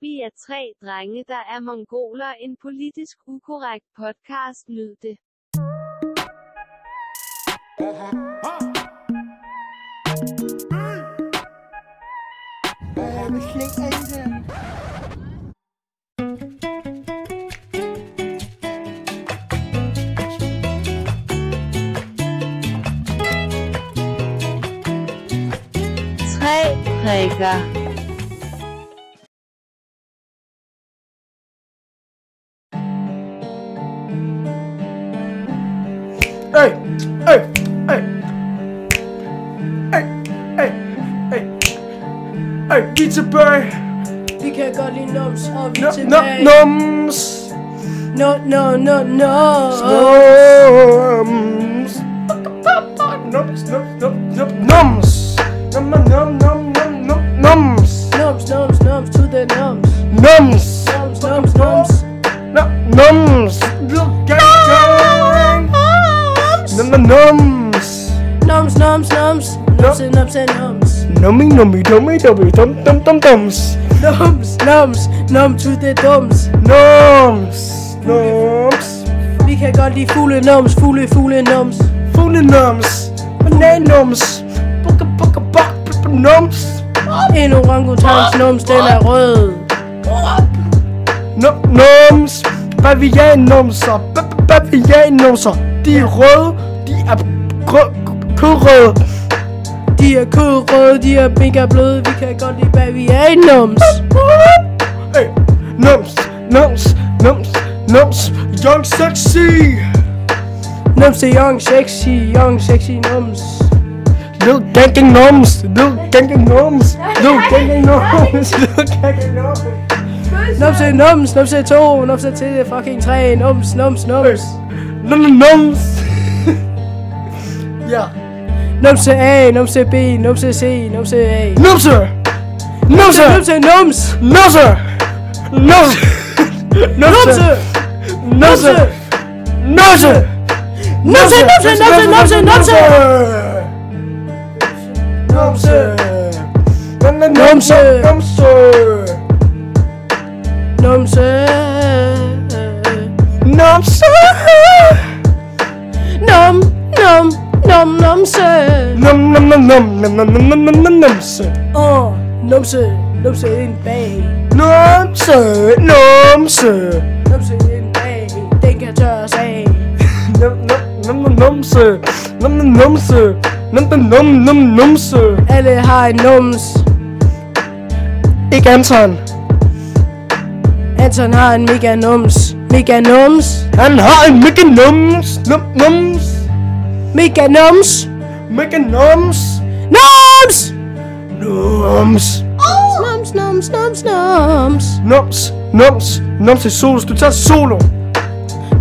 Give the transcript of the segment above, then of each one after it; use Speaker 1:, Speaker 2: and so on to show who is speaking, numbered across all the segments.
Speaker 1: Vi er tre drenge, der er mongoler. En politisk ukorrekt podcast. Nyd det. Tre prikker.
Speaker 2: Hey, hey, hey. Hey, hey, hey. Hey, vi er tilbage.
Speaker 3: Vi kan godt lide nums, og vi
Speaker 2: No,
Speaker 3: er
Speaker 2: no,
Speaker 3: tilbage.
Speaker 2: nums.
Speaker 3: no, no, no, no.
Speaker 2: Nums. Nums, nums, nums, nums, nums. Num, num, num, num, num, nums.
Speaker 3: Nums, nums, nums, to the nums.
Speaker 2: Nums.
Speaker 3: Nums, nums, nums.
Speaker 2: No, nums. Look at gang. Num, num, nums.
Speaker 3: Nums, nums, nums. Nums, nums, nums.
Speaker 2: Nummy, nummy, dummy, dummy, dum, dum, dum, dums.
Speaker 3: Nums, nums, num to the dums.
Speaker 2: Noms, noms,
Speaker 3: Vi kan godt lide fugle nums, fugle, fugle nums.
Speaker 2: voelenoms, bananenoms, bokke bokke bak, noms,
Speaker 3: En orangutans nums, den er rød.
Speaker 2: no, noms, baviannomser, ba- ba- baviannomser, de er røde, de er grø- kødrøde,
Speaker 3: De er kødrøde, de er mega bløde. Vi kan godt lide bavian nums.
Speaker 2: hey, noms, noms, noms, noms, young sexy,
Speaker 3: Nums er young, sexy, young, sexy nums.
Speaker 2: little ganking noms, little ganking noms, little ganking noms, little ganking noms,
Speaker 3: Nums er nums, nums er to, nums er til fucking tre. Nums, nums, nums.
Speaker 2: little noms, yeah.
Speaker 3: Numse A, numse B, numse C, numse A.
Speaker 2: Nusser! Nusser!
Speaker 3: Numse, nums!
Speaker 2: Nusser! Nusser!
Speaker 3: Numse!
Speaker 2: Nusser! Nusser!
Speaker 3: Numse, numse, numse, numse, numse!
Speaker 2: Nusser!
Speaker 3: Numse!
Speaker 2: Nusser!
Speaker 3: Numse!
Speaker 2: Nusser!
Speaker 3: Num, num, num, numse!
Speaker 2: Num num num num num num num num num num numser!
Speaker 3: Åh, numse, numse en bag.
Speaker 2: Numser! Numser!
Speaker 3: Numse en bag, den kan tørres af.
Speaker 2: Num num num numser! Num num numser! Num num num num numser!
Speaker 3: Alle har en nums.
Speaker 2: Ikke Anton!
Speaker 3: Anton har en mega nums. Mega nums.
Speaker 2: Han har en mega nums, num, nums,
Speaker 3: Mega nums.
Speaker 2: mega nums,
Speaker 3: Nums!
Speaker 2: nums,
Speaker 3: Nums, nums, nums, nums.
Speaker 2: nums, nums, nums i solo. Du tager solo.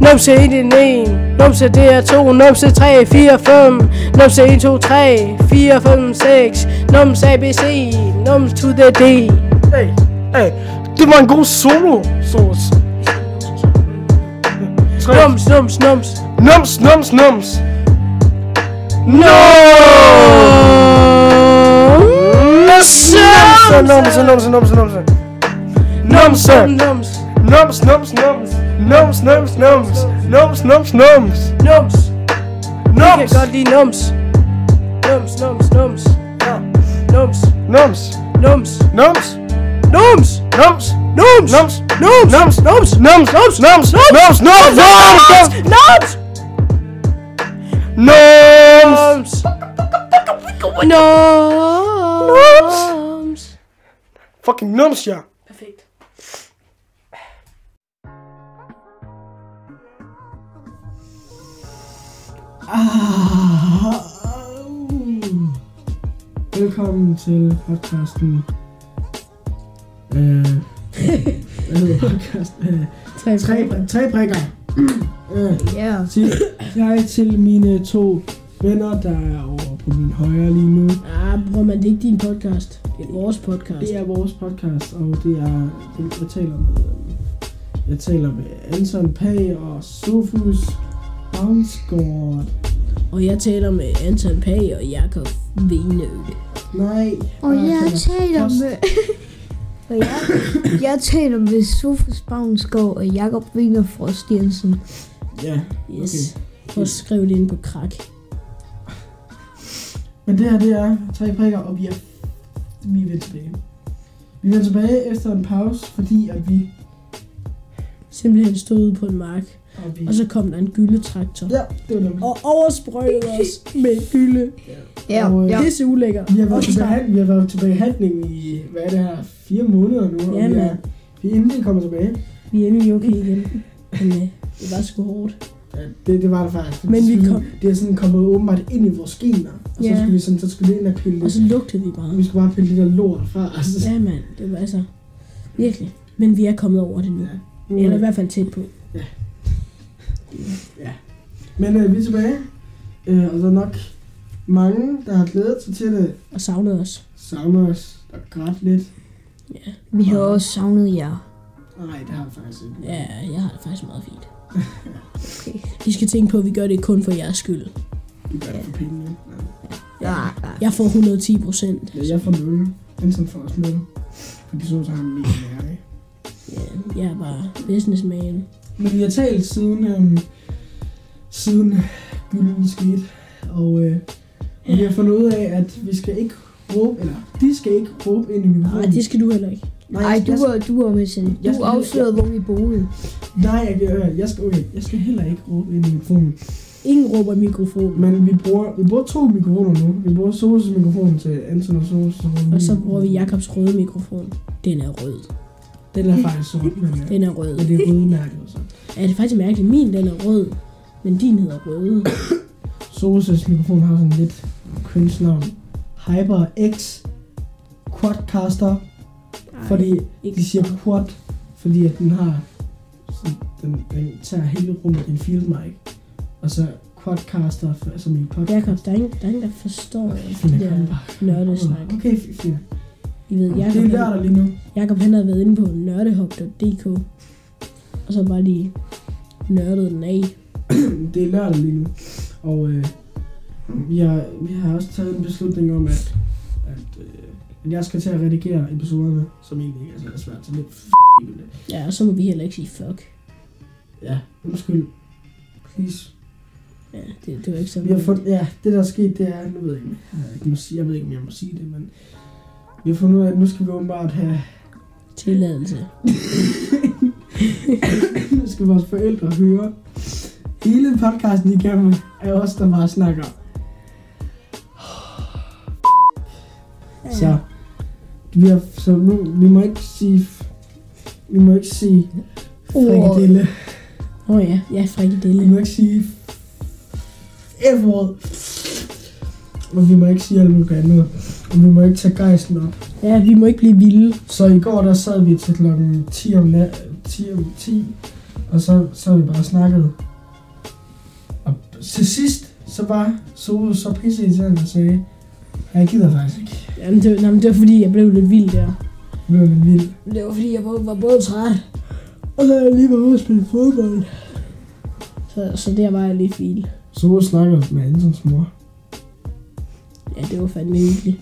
Speaker 3: Numse 1, en, en. Numse det er 2, numse 3, 4, 5 Numse 1, 2, 3, 4, 5, 6 Numse ABC, numse to the D
Speaker 2: Hey, hey, det var en god solo, Solos. Tre.
Speaker 3: Nums, nums, nums
Speaker 2: Nums, nums, nums. Nums, nums, nums, nums, nums. Nums,
Speaker 3: Num, nums,
Speaker 2: nums, nums, nums. Nums, nums, nums. Nums, nums, nums.
Speaker 3: nums Jeg kan
Speaker 2: Nums.
Speaker 3: godt lide nums Nums, nums, nums Nums,
Speaker 2: Nums. Nums.
Speaker 3: nums, nums
Speaker 2: Nums.
Speaker 3: Nums,
Speaker 2: Nums.
Speaker 3: nums,
Speaker 2: Nums.
Speaker 3: nums
Speaker 2: Nums. Nums. Nums. Nums. Nums.
Speaker 3: Nums,
Speaker 2: Nums.
Speaker 3: nums
Speaker 2: Nums.
Speaker 3: Nums Nums
Speaker 2: Fucking nums, ja.
Speaker 3: Perfekt
Speaker 4: Velkommen til podcasten. Øh, hvad hedder podcasten? Øh,
Speaker 3: Tre,
Speaker 4: tre, tre brikker. øh,
Speaker 3: Ja.
Speaker 4: sig, sig hej til mine to venner, der er over på min højre lige nu.
Speaker 5: Ah, bror, man, det er ikke din podcast. Det er vores podcast.
Speaker 4: Det er vores podcast, og det er, det- jeg taler med, øh, jeg taler med Anton Pag og Sofus Bounsgaard.
Speaker 5: Og jeg taler med Anton Pag og Jakob Venø.
Speaker 4: Nej.
Speaker 6: Og jeg
Speaker 4: taler
Speaker 6: taler
Speaker 4: post.
Speaker 6: med
Speaker 7: Og jeg, jeg taler med Sofus Bavnsgaard og Jakob Wiener Frost Jensen.
Speaker 2: Ja,
Speaker 8: Yes.
Speaker 2: okay.
Speaker 8: Prøv at skrive det ind på krak.
Speaker 2: Men det her, det er tre prikker, og vi er, vi er vendt tilbage. Vi vender tilbage efter en pause, fordi at vi...
Speaker 8: Simpelthen stod ude på en mark,
Speaker 2: Og vi
Speaker 8: og så kom der en gyldetraktor.
Speaker 2: Ja, det var dem.
Speaker 8: Og oversprøjtede os med gylde.
Speaker 7: Ja,
Speaker 2: Og, øh,
Speaker 7: ja.
Speaker 8: Pisse ulækker.
Speaker 2: Vi har været,
Speaker 8: Også
Speaker 2: til
Speaker 8: dig.
Speaker 2: behandling, vi har været til behandling i, hvad er det her, fire måneder nu, og
Speaker 8: Ja,
Speaker 2: vi er,
Speaker 8: mand.
Speaker 2: vi er endelig kommet tilbage.
Speaker 8: Vi er endelig okay igen. Men øh, det var sgu hårdt.
Speaker 2: Ja, det, det var det faktisk.
Speaker 8: Men vi
Speaker 2: Fordi
Speaker 8: kom-
Speaker 2: Det er sådan kommet åbenbart ind i vores gener, og så
Speaker 8: Ja.
Speaker 2: skulle vi, sådan, så skulle vi ind og pille
Speaker 8: Og
Speaker 2: det.
Speaker 8: så lugtede vi bare.
Speaker 2: Vi skulle bare pille det der lort fra. Altså,
Speaker 8: Ja, mand. Det var altså... Virkelig. Men vi er kommet over det nu.
Speaker 2: nu-
Speaker 8: Eller i hvert fald tæt på.
Speaker 2: Men øh, vi er tilbage, øh, og der er nok mange, der har glædet sig til det,
Speaker 8: Og savnede os.
Speaker 2: savner os og grædt lidt.
Speaker 8: Ja.
Speaker 7: Vi har også savnet jer.
Speaker 2: Nej, det har vi faktisk ikke.
Speaker 8: Ja, jeg har det faktisk meget fint.
Speaker 7: Okay.
Speaker 8: I skal tænke på, at vi gør det kun for jeres skyld.
Speaker 2: Vi gør det for penge. Ja.
Speaker 7: Ja,
Speaker 8: Jeg får 110 procent.
Speaker 2: Ja, jeg får nul. Vincent får også nul. Fordi så tager han mega mere, ikke?
Speaker 8: Ja, jeg er bare businessman.
Speaker 2: Men vi har talt siden, øhm, siden gylden skete, og, øh, og vi har fundet ud af, at vi skal ikke råbe, eller de skal ikke råbe ind i
Speaker 8: Nej,
Speaker 2: mikrofonen.
Speaker 8: det skal du heller ikke.
Speaker 7: Ej, du
Speaker 2: jeg,
Speaker 7: var, du var med sådan.
Speaker 2: Jeg
Speaker 7: Du
Speaker 2: skal-
Speaker 7: afslørede, hvor vi boede.
Speaker 2: nej, jeg, øh, jeg, jeg, skal, okay, jeg skal heller ikke råbe ind i mikrofonen.
Speaker 8: Ingen råber i mikrofonen.
Speaker 2: Men vi bruger, vi bruger to mikrofoner nu. Vi bruger Sosus mikrofon til Anton og Sosus.
Speaker 8: Og så bruger vi Jakobs røde mikrofon. Den er rød.
Speaker 2: Den er faktisk sort, men, øh,
Speaker 8: Den er rød.
Speaker 2: men det er røde mærke og sådan.
Speaker 8: Ja, det er faktisk mærkeligt. Min den er rød, men din hedder røde.
Speaker 2: Sosus mikrofon har sådan lidt kønsnavn. HyperX Quadcaster, fordi
Speaker 8: ikke
Speaker 2: de siger quad, fordi at den har sådan, den, den tager hele rummet en field mic. Og så quadcaster, for- som i podcast.
Speaker 8: Jakob, der er ingen, der, er ingen, der forstår
Speaker 2: Okay,
Speaker 8: de
Speaker 2: Fina,
Speaker 8: der
Speaker 2: kom bare.
Speaker 8: nørdesnak.
Speaker 2: Okay, Fina.
Speaker 8: I ved,
Speaker 2: Det
Speaker 8: Jakob,
Speaker 2: er
Speaker 8: han,
Speaker 2: lørdag lige nu.
Speaker 8: Jakob han havde været inde på nørdehop.dk, og så bare lige nørdede den af.
Speaker 2: det er lørdag lige nu, og øh, vi, har, vi har også taget en beslutning om, at, at, øh, at jeg skal til at redigere episoderne, som egentlig ikke er så svært, så lidt f*** i det.
Speaker 8: Ja, og så må vi heller ikke sige fuck.
Speaker 2: Ja, undskyld. Please.
Speaker 8: Ja, det, det var ikke så
Speaker 2: Vi har fundet, ja, det der er sket, det er, nu ved jeg ikke, jeg, ikke må sige, jeg ved ikke, om jeg må sige det, men vi har fundet ud af, at nu skal vi åbenbart have,
Speaker 8: tilladelse.
Speaker 2: nu skal vores forældre høre hele podcasten igennem af os, der bare snakker. Så vi har, så nu, vi må ikke sige, vi må ikke sige frikadelle.
Speaker 8: Åh oh, ja, ja, frikadelle.
Speaker 2: Vi må ikke sige F-ordet. Og vi må ikke sige alt muligt andet. Og vi må ikke tage gejsten op.
Speaker 8: Ja, vi må ikke blive vilde.
Speaker 2: Så i går der sad vi til klokken 10 om, nat, 10, om 10 og så, så vi bare snakket. Og til sidst, så var Solo så pisse i og sagde, jeg gider faktisk ikke.
Speaker 8: Jamen det, jamen, det var fordi, jeg blev lidt vild der.
Speaker 2: Det var lidt vildt.
Speaker 8: Det var fordi, jeg både, var både træt, og så er jeg lige var ude og spille fodbold. Så, så der var jeg lidt vild.
Speaker 2: Solo snakkede med Antons mor.
Speaker 8: Ja, det var fandme hyggeligt.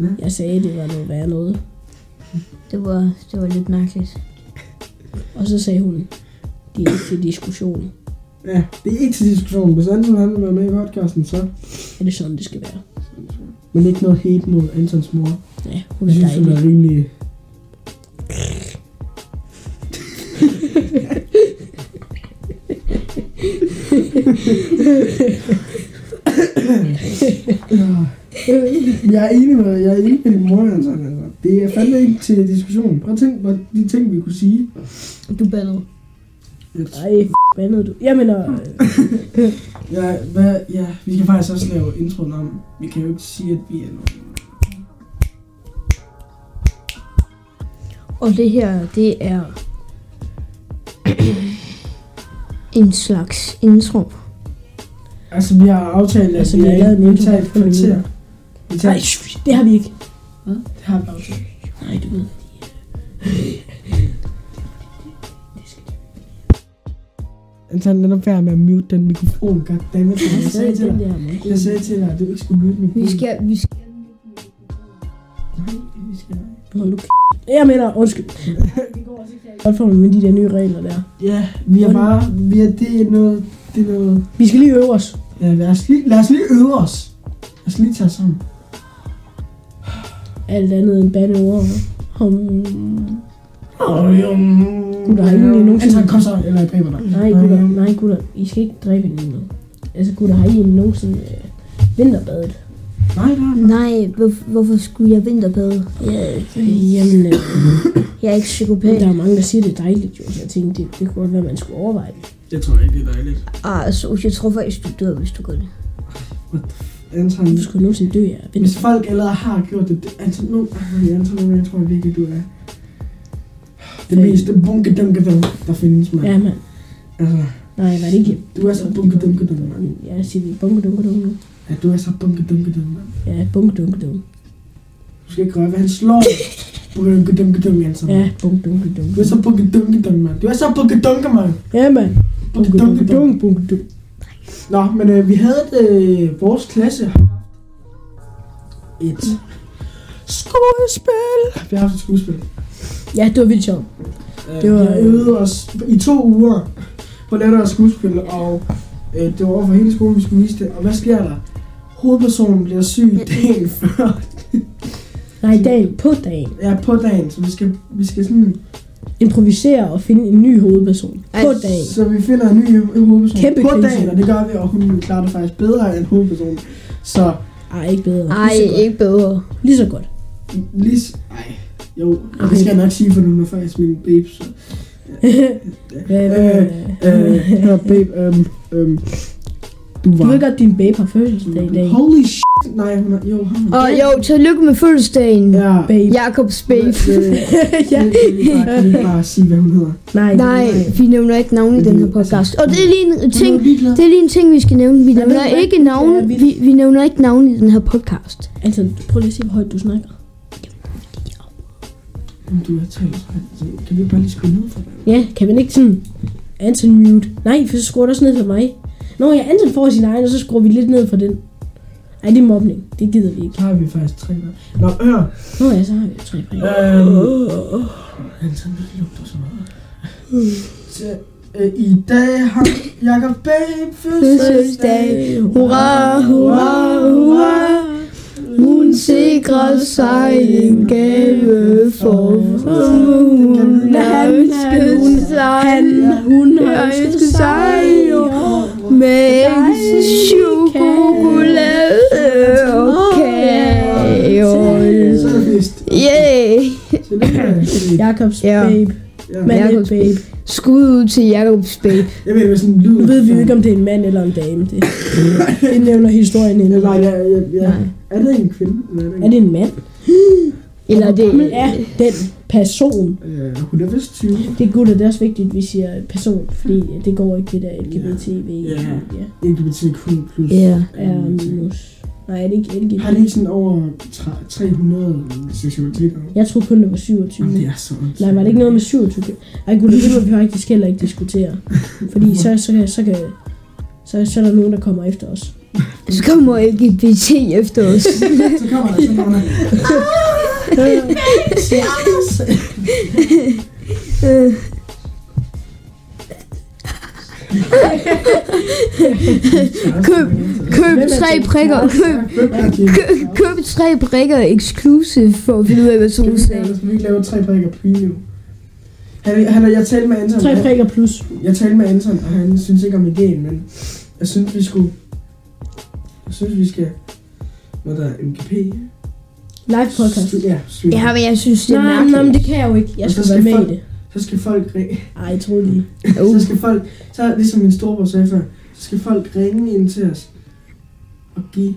Speaker 2: Ja.
Speaker 8: Jeg sagde, det var noget værre noget.
Speaker 7: Det var, det var lidt mærkeligt.
Speaker 8: Og så sagde hun, det er ikke til diskussion.
Speaker 2: Ja, det er ikke til diskussion. Hvis Anton han vil være med i podcasten, så...
Speaker 8: Er det sådan, det skal være?
Speaker 2: Men ikke noget hate mod Antons mor.
Speaker 8: Ja, hun
Speaker 2: Jeg
Speaker 8: er
Speaker 2: synes, hun
Speaker 8: dejlig.
Speaker 2: er rimelig... jeg er enig med, jeg er enig med din mor, altså. altså. Det er fandme ikke til diskussion. Prøv at tænk på de ting, vi kunne sige.
Speaker 7: Du bandede.
Speaker 8: Ej, f- bandede du? Jeg mener, øh,
Speaker 2: Ja, hvad, ja, vi kan faktisk også lave introen om. Vi kan jo ikke sige, at vi er nogen.
Speaker 7: Og det her, det er en slags intro.
Speaker 2: Altså, vi har aftalt, at altså,
Speaker 8: Altså,
Speaker 2: vi,
Speaker 8: vi
Speaker 2: er
Speaker 8: har lavet en
Speaker 2: ikke, vi
Speaker 8: intro
Speaker 2: tager et
Speaker 8: på en
Speaker 2: kvarter.
Speaker 8: uge.
Speaker 2: Vi tager,
Speaker 8: nej, sh- det har vi ikke.
Speaker 2: det har vi aftalt.
Speaker 8: Nej, du ved.
Speaker 2: Anton, lad nu være med at mute den mikrofon, goddammit. Jeg
Speaker 8: Jeg
Speaker 2: sagde
Speaker 8: sagde
Speaker 2: til
Speaker 8: den
Speaker 2: dig,
Speaker 8: der,
Speaker 2: jeg sagde til dig, at du ikke skulle mute mikrofonen.
Speaker 7: Vi skal, vi skal,
Speaker 2: Nej, vi skal.
Speaker 8: Hold nu k- Jeg mener, undskyld. Godt for mig med de der nye regler der.
Speaker 2: Ja, vi er bare, vi er, det er noget, det er noget,
Speaker 8: Vi skal lige øve os.
Speaker 2: ja, lad os lige, lad os lige øve os. Lad os lige tage os sammen.
Speaker 8: Alt andet end bandeord. Hum. Gutter, har I
Speaker 2: nogen
Speaker 8: nogensinde...
Speaker 2: Anton, kom så, eller jeg dræber dig.
Speaker 8: Nej, gutter, nej, gutter. I skal ikke dræbe hinanden nu. Altså, gutter, har I nogensinde øh, vinterbadet?
Speaker 2: Nej, nej, nej.
Speaker 7: Nej, hvor, hvorfor skulle jeg vinterbade? Jeg,
Speaker 8: Jamen, øh,
Speaker 7: jeg er ikke
Speaker 8: Men
Speaker 7: psykopat.
Speaker 8: der er mange, der siger, det er dejligt, jo. Så jeg tænkte, det, det kunne godt være, man skulle overveje det.
Speaker 2: Jeg tror ikke, det er dejligt.
Speaker 7: Ah, så jeg tror faktisk, du dør, hvis du gør det.
Speaker 2: Anton,
Speaker 8: Hvorfor skulle jeg nogensinde dø af
Speaker 2: hvis
Speaker 8: vinter?
Speaker 2: folk allerede har gjort det, det Anton, nu, Ej, Anton, nu jeg tror jeg virkelig, du er det
Speaker 8: Øh.
Speaker 2: meste bunke dunke der findes, mand.
Speaker 8: Ja, mand.
Speaker 2: Altså,
Speaker 8: Nej, var det ikke...
Speaker 2: du er så bunke dunke dum, mand.
Speaker 8: Ja, siger vi bunke dunke dunke nu.
Speaker 2: Ja, du er så bunke dunke dum, mand.
Speaker 8: Ja, bunke dunke dunke.
Speaker 2: Du skal ikke røre, hvad han slår. bunke dunke dum, Anton.
Speaker 8: Ja, bunke dunke dunke.
Speaker 2: altså. Du er så bunke dunke dum, mand. Du er så bunke dunke, mand.
Speaker 8: Ja, mand. Bunke dunke dunke bunke dunke.
Speaker 2: Nå, men øh, vi havde et, øh, vores klasse har haft et skuespil. Vi har haft et skuespil.
Speaker 8: Ja, det var vildt sjovt.
Speaker 2: Øh,
Speaker 8: Det var-
Speaker 2: vi øvede os i to uger på at lave deres skuespil, og øh, det var over for hele skolen, vi skulle vise det. Og hvad sker der? Hovedpersonen bliver syg dagen før.
Speaker 8: Nej, dagen på dagen.
Speaker 2: Ja, på dagen, så vi skal, vi skal sådan...
Speaker 8: Improvisere og finde en ny hovedperson. På
Speaker 7: Ej,
Speaker 8: dagen.
Speaker 2: Så vi finder en ny hovedperson
Speaker 8: Kæmpe
Speaker 2: på
Speaker 8: krise.
Speaker 2: dagen, og det gør vi, og hun klarer det faktisk bedre end hovedpersonen. Så
Speaker 8: Ej, ikke bedre.
Speaker 7: Ej,
Speaker 8: Lige så godt.
Speaker 7: ikke bedre.
Speaker 8: Lige så godt.
Speaker 2: Lige s- Ej, jo, okay.
Speaker 8: Okay.
Speaker 2: det skal jeg nok sige, for nu er faktisk min babe, så...
Speaker 8: Hvad- hvad-
Speaker 2: Øh, øh, her, babe, øhm, øhm, du
Speaker 8: Du
Speaker 2: var...
Speaker 8: ved godt, din babe har fødselsdag i dag.
Speaker 2: Holy shit, nej, hun er, jo, han
Speaker 7: Og jo, tillykke med fødselsdagen.
Speaker 2: Ja,
Speaker 8: Babe.
Speaker 7: Jakobs babe.
Speaker 2: Øh,
Speaker 8: ja.
Speaker 2: Kan vi ikke bare, kan vi ikke bare sige, hvad hun hedder?
Speaker 8: Nej,
Speaker 7: Nej, Mm. vi nævner ikke navne i den her podcast. Og det er lige en ting, det er lige en ting, vi skal nævne. Vi nævner
Speaker 8: ved du
Speaker 7: ikke
Speaker 8: hvad?
Speaker 7: navne,
Speaker 8: Ja, vi-
Speaker 7: vi, vi nævner ikke navne i den her podcast.
Speaker 8: Altså, prøv lige at se, hvor højt du snakker.
Speaker 2: Jamen, du har talt, så kan vi ikke bare lige skrive ned for dig?
Speaker 8: Ja, kan man ikke sådan... Anton mute. Nej, for så skruer du også ned for mig. Nå ja, Anton får sin egen, og så skruer vi lidt ned for den. Ej, det er mobning. Det gider vi ikke.
Speaker 2: Så har vi faktisk tre hver. Nå, ør,
Speaker 8: Nå ja, så har vi jo tre point.
Speaker 2: Øhm, altså, det lugter så meget. Så, øh, I dag har Jacob Babe fødselsdag.
Speaker 8: Øh,
Speaker 7: Hurra, hurra, hurra. Hun sikrer sig en gave for hun har ønsket sig.
Speaker 8: Hun
Speaker 7: har ønsket sig jo med chokolade og kage.
Speaker 2: Så er det vist.
Speaker 7: Yeah.
Speaker 2: Tillykke. Øh,
Speaker 8: Jakobs
Speaker 7: Ja.
Speaker 8: babe.
Speaker 2: ja.
Speaker 8: Mand
Speaker 7: Jakobs
Speaker 8: babe.
Speaker 7: Skud ud til Jacobs babe.
Speaker 2: Jeg ved, hvad sådan en lyd.
Speaker 8: Nu ved vi jo ikke, om det er en mand eller en dame. Det, det nævner historien endnu.
Speaker 2: Nej, ja, ja, ja. Er det en kvinde? Eller
Speaker 8: Er
Speaker 2: er det
Speaker 8: det en mand?
Speaker 7: Eller det
Speaker 8: Hvor gammel er den person?
Speaker 2: en... Øh, hun er vist 20.
Speaker 8: Det er gutter, det er også vigtigt, at vi siger person, fordi det går ikke det der LGBTV.
Speaker 2: Ja.
Speaker 8: Ja. ja.
Speaker 2: LGBTQ+. plus.
Speaker 7: Ja.
Speaker 8: Er minus. Nej, er det ikke
Speaker 2: Har
Speaker 8: LGBT?
Speaker 2: det ikke sådan over tre- 300 seksualiteter?
Speaker 8: Jeg troede kun, det var 27.
Speaker 2: Jamen, det er så ondt.
Speaker 8: Nej, var det ikke noget med 27? Ej, gutter, det må vi faktisk heller ikke diskutere. Fordi så, så, så, så, kan, så, så er der nogen, der kommer efter os.
Speaker 7: Så kommer LGBT efter os.
Speaker 2: Så kommer der, så kommer der.
Speaker 7: Køb, køb tre prikker. Køb, køb, køb tre prikker exclusive for at finde ud af, hvad
Speaker 2: Skal vi ikke
Speaker 7: solsdag
Speaker 2: lave- skal vi ikke lave tre prikker premium? Han, han, jeg talte med Anton.
Speaker 8: Tre
Speaker 2: han-
Speaker 8: prikker plus.
Speaker 2: Jeg talte med Anton, og han synes ikke om idéen, men jeg synes, vi skulle... Jeg synes, vi skal... Hvad der er? MGP?
Speaker 8: Live podcast.
Speaker 2: Stu- Ja, stream.
Speaker 7: Ja, men jeg synes, det er
Speaker 8: Nej, nej, men
Speaker 7: mærkeligt.
Speaker 8: det kan jeg jo ikke. Jeg
Speaker 2: Og så
Speaker 8: skulle
Speaker 2: skal
Speaker 8: være med i
Speaker 2: folk-
Speaker 8: det.
Speaker 2: Så skal folk ringe...
Speaker 8: Ej, troede lige.
Speaker 7: Uh.
Speaker 2: Så skal folk... Så ligesom min storebror sagde før, så skal folk ringe ind til os og give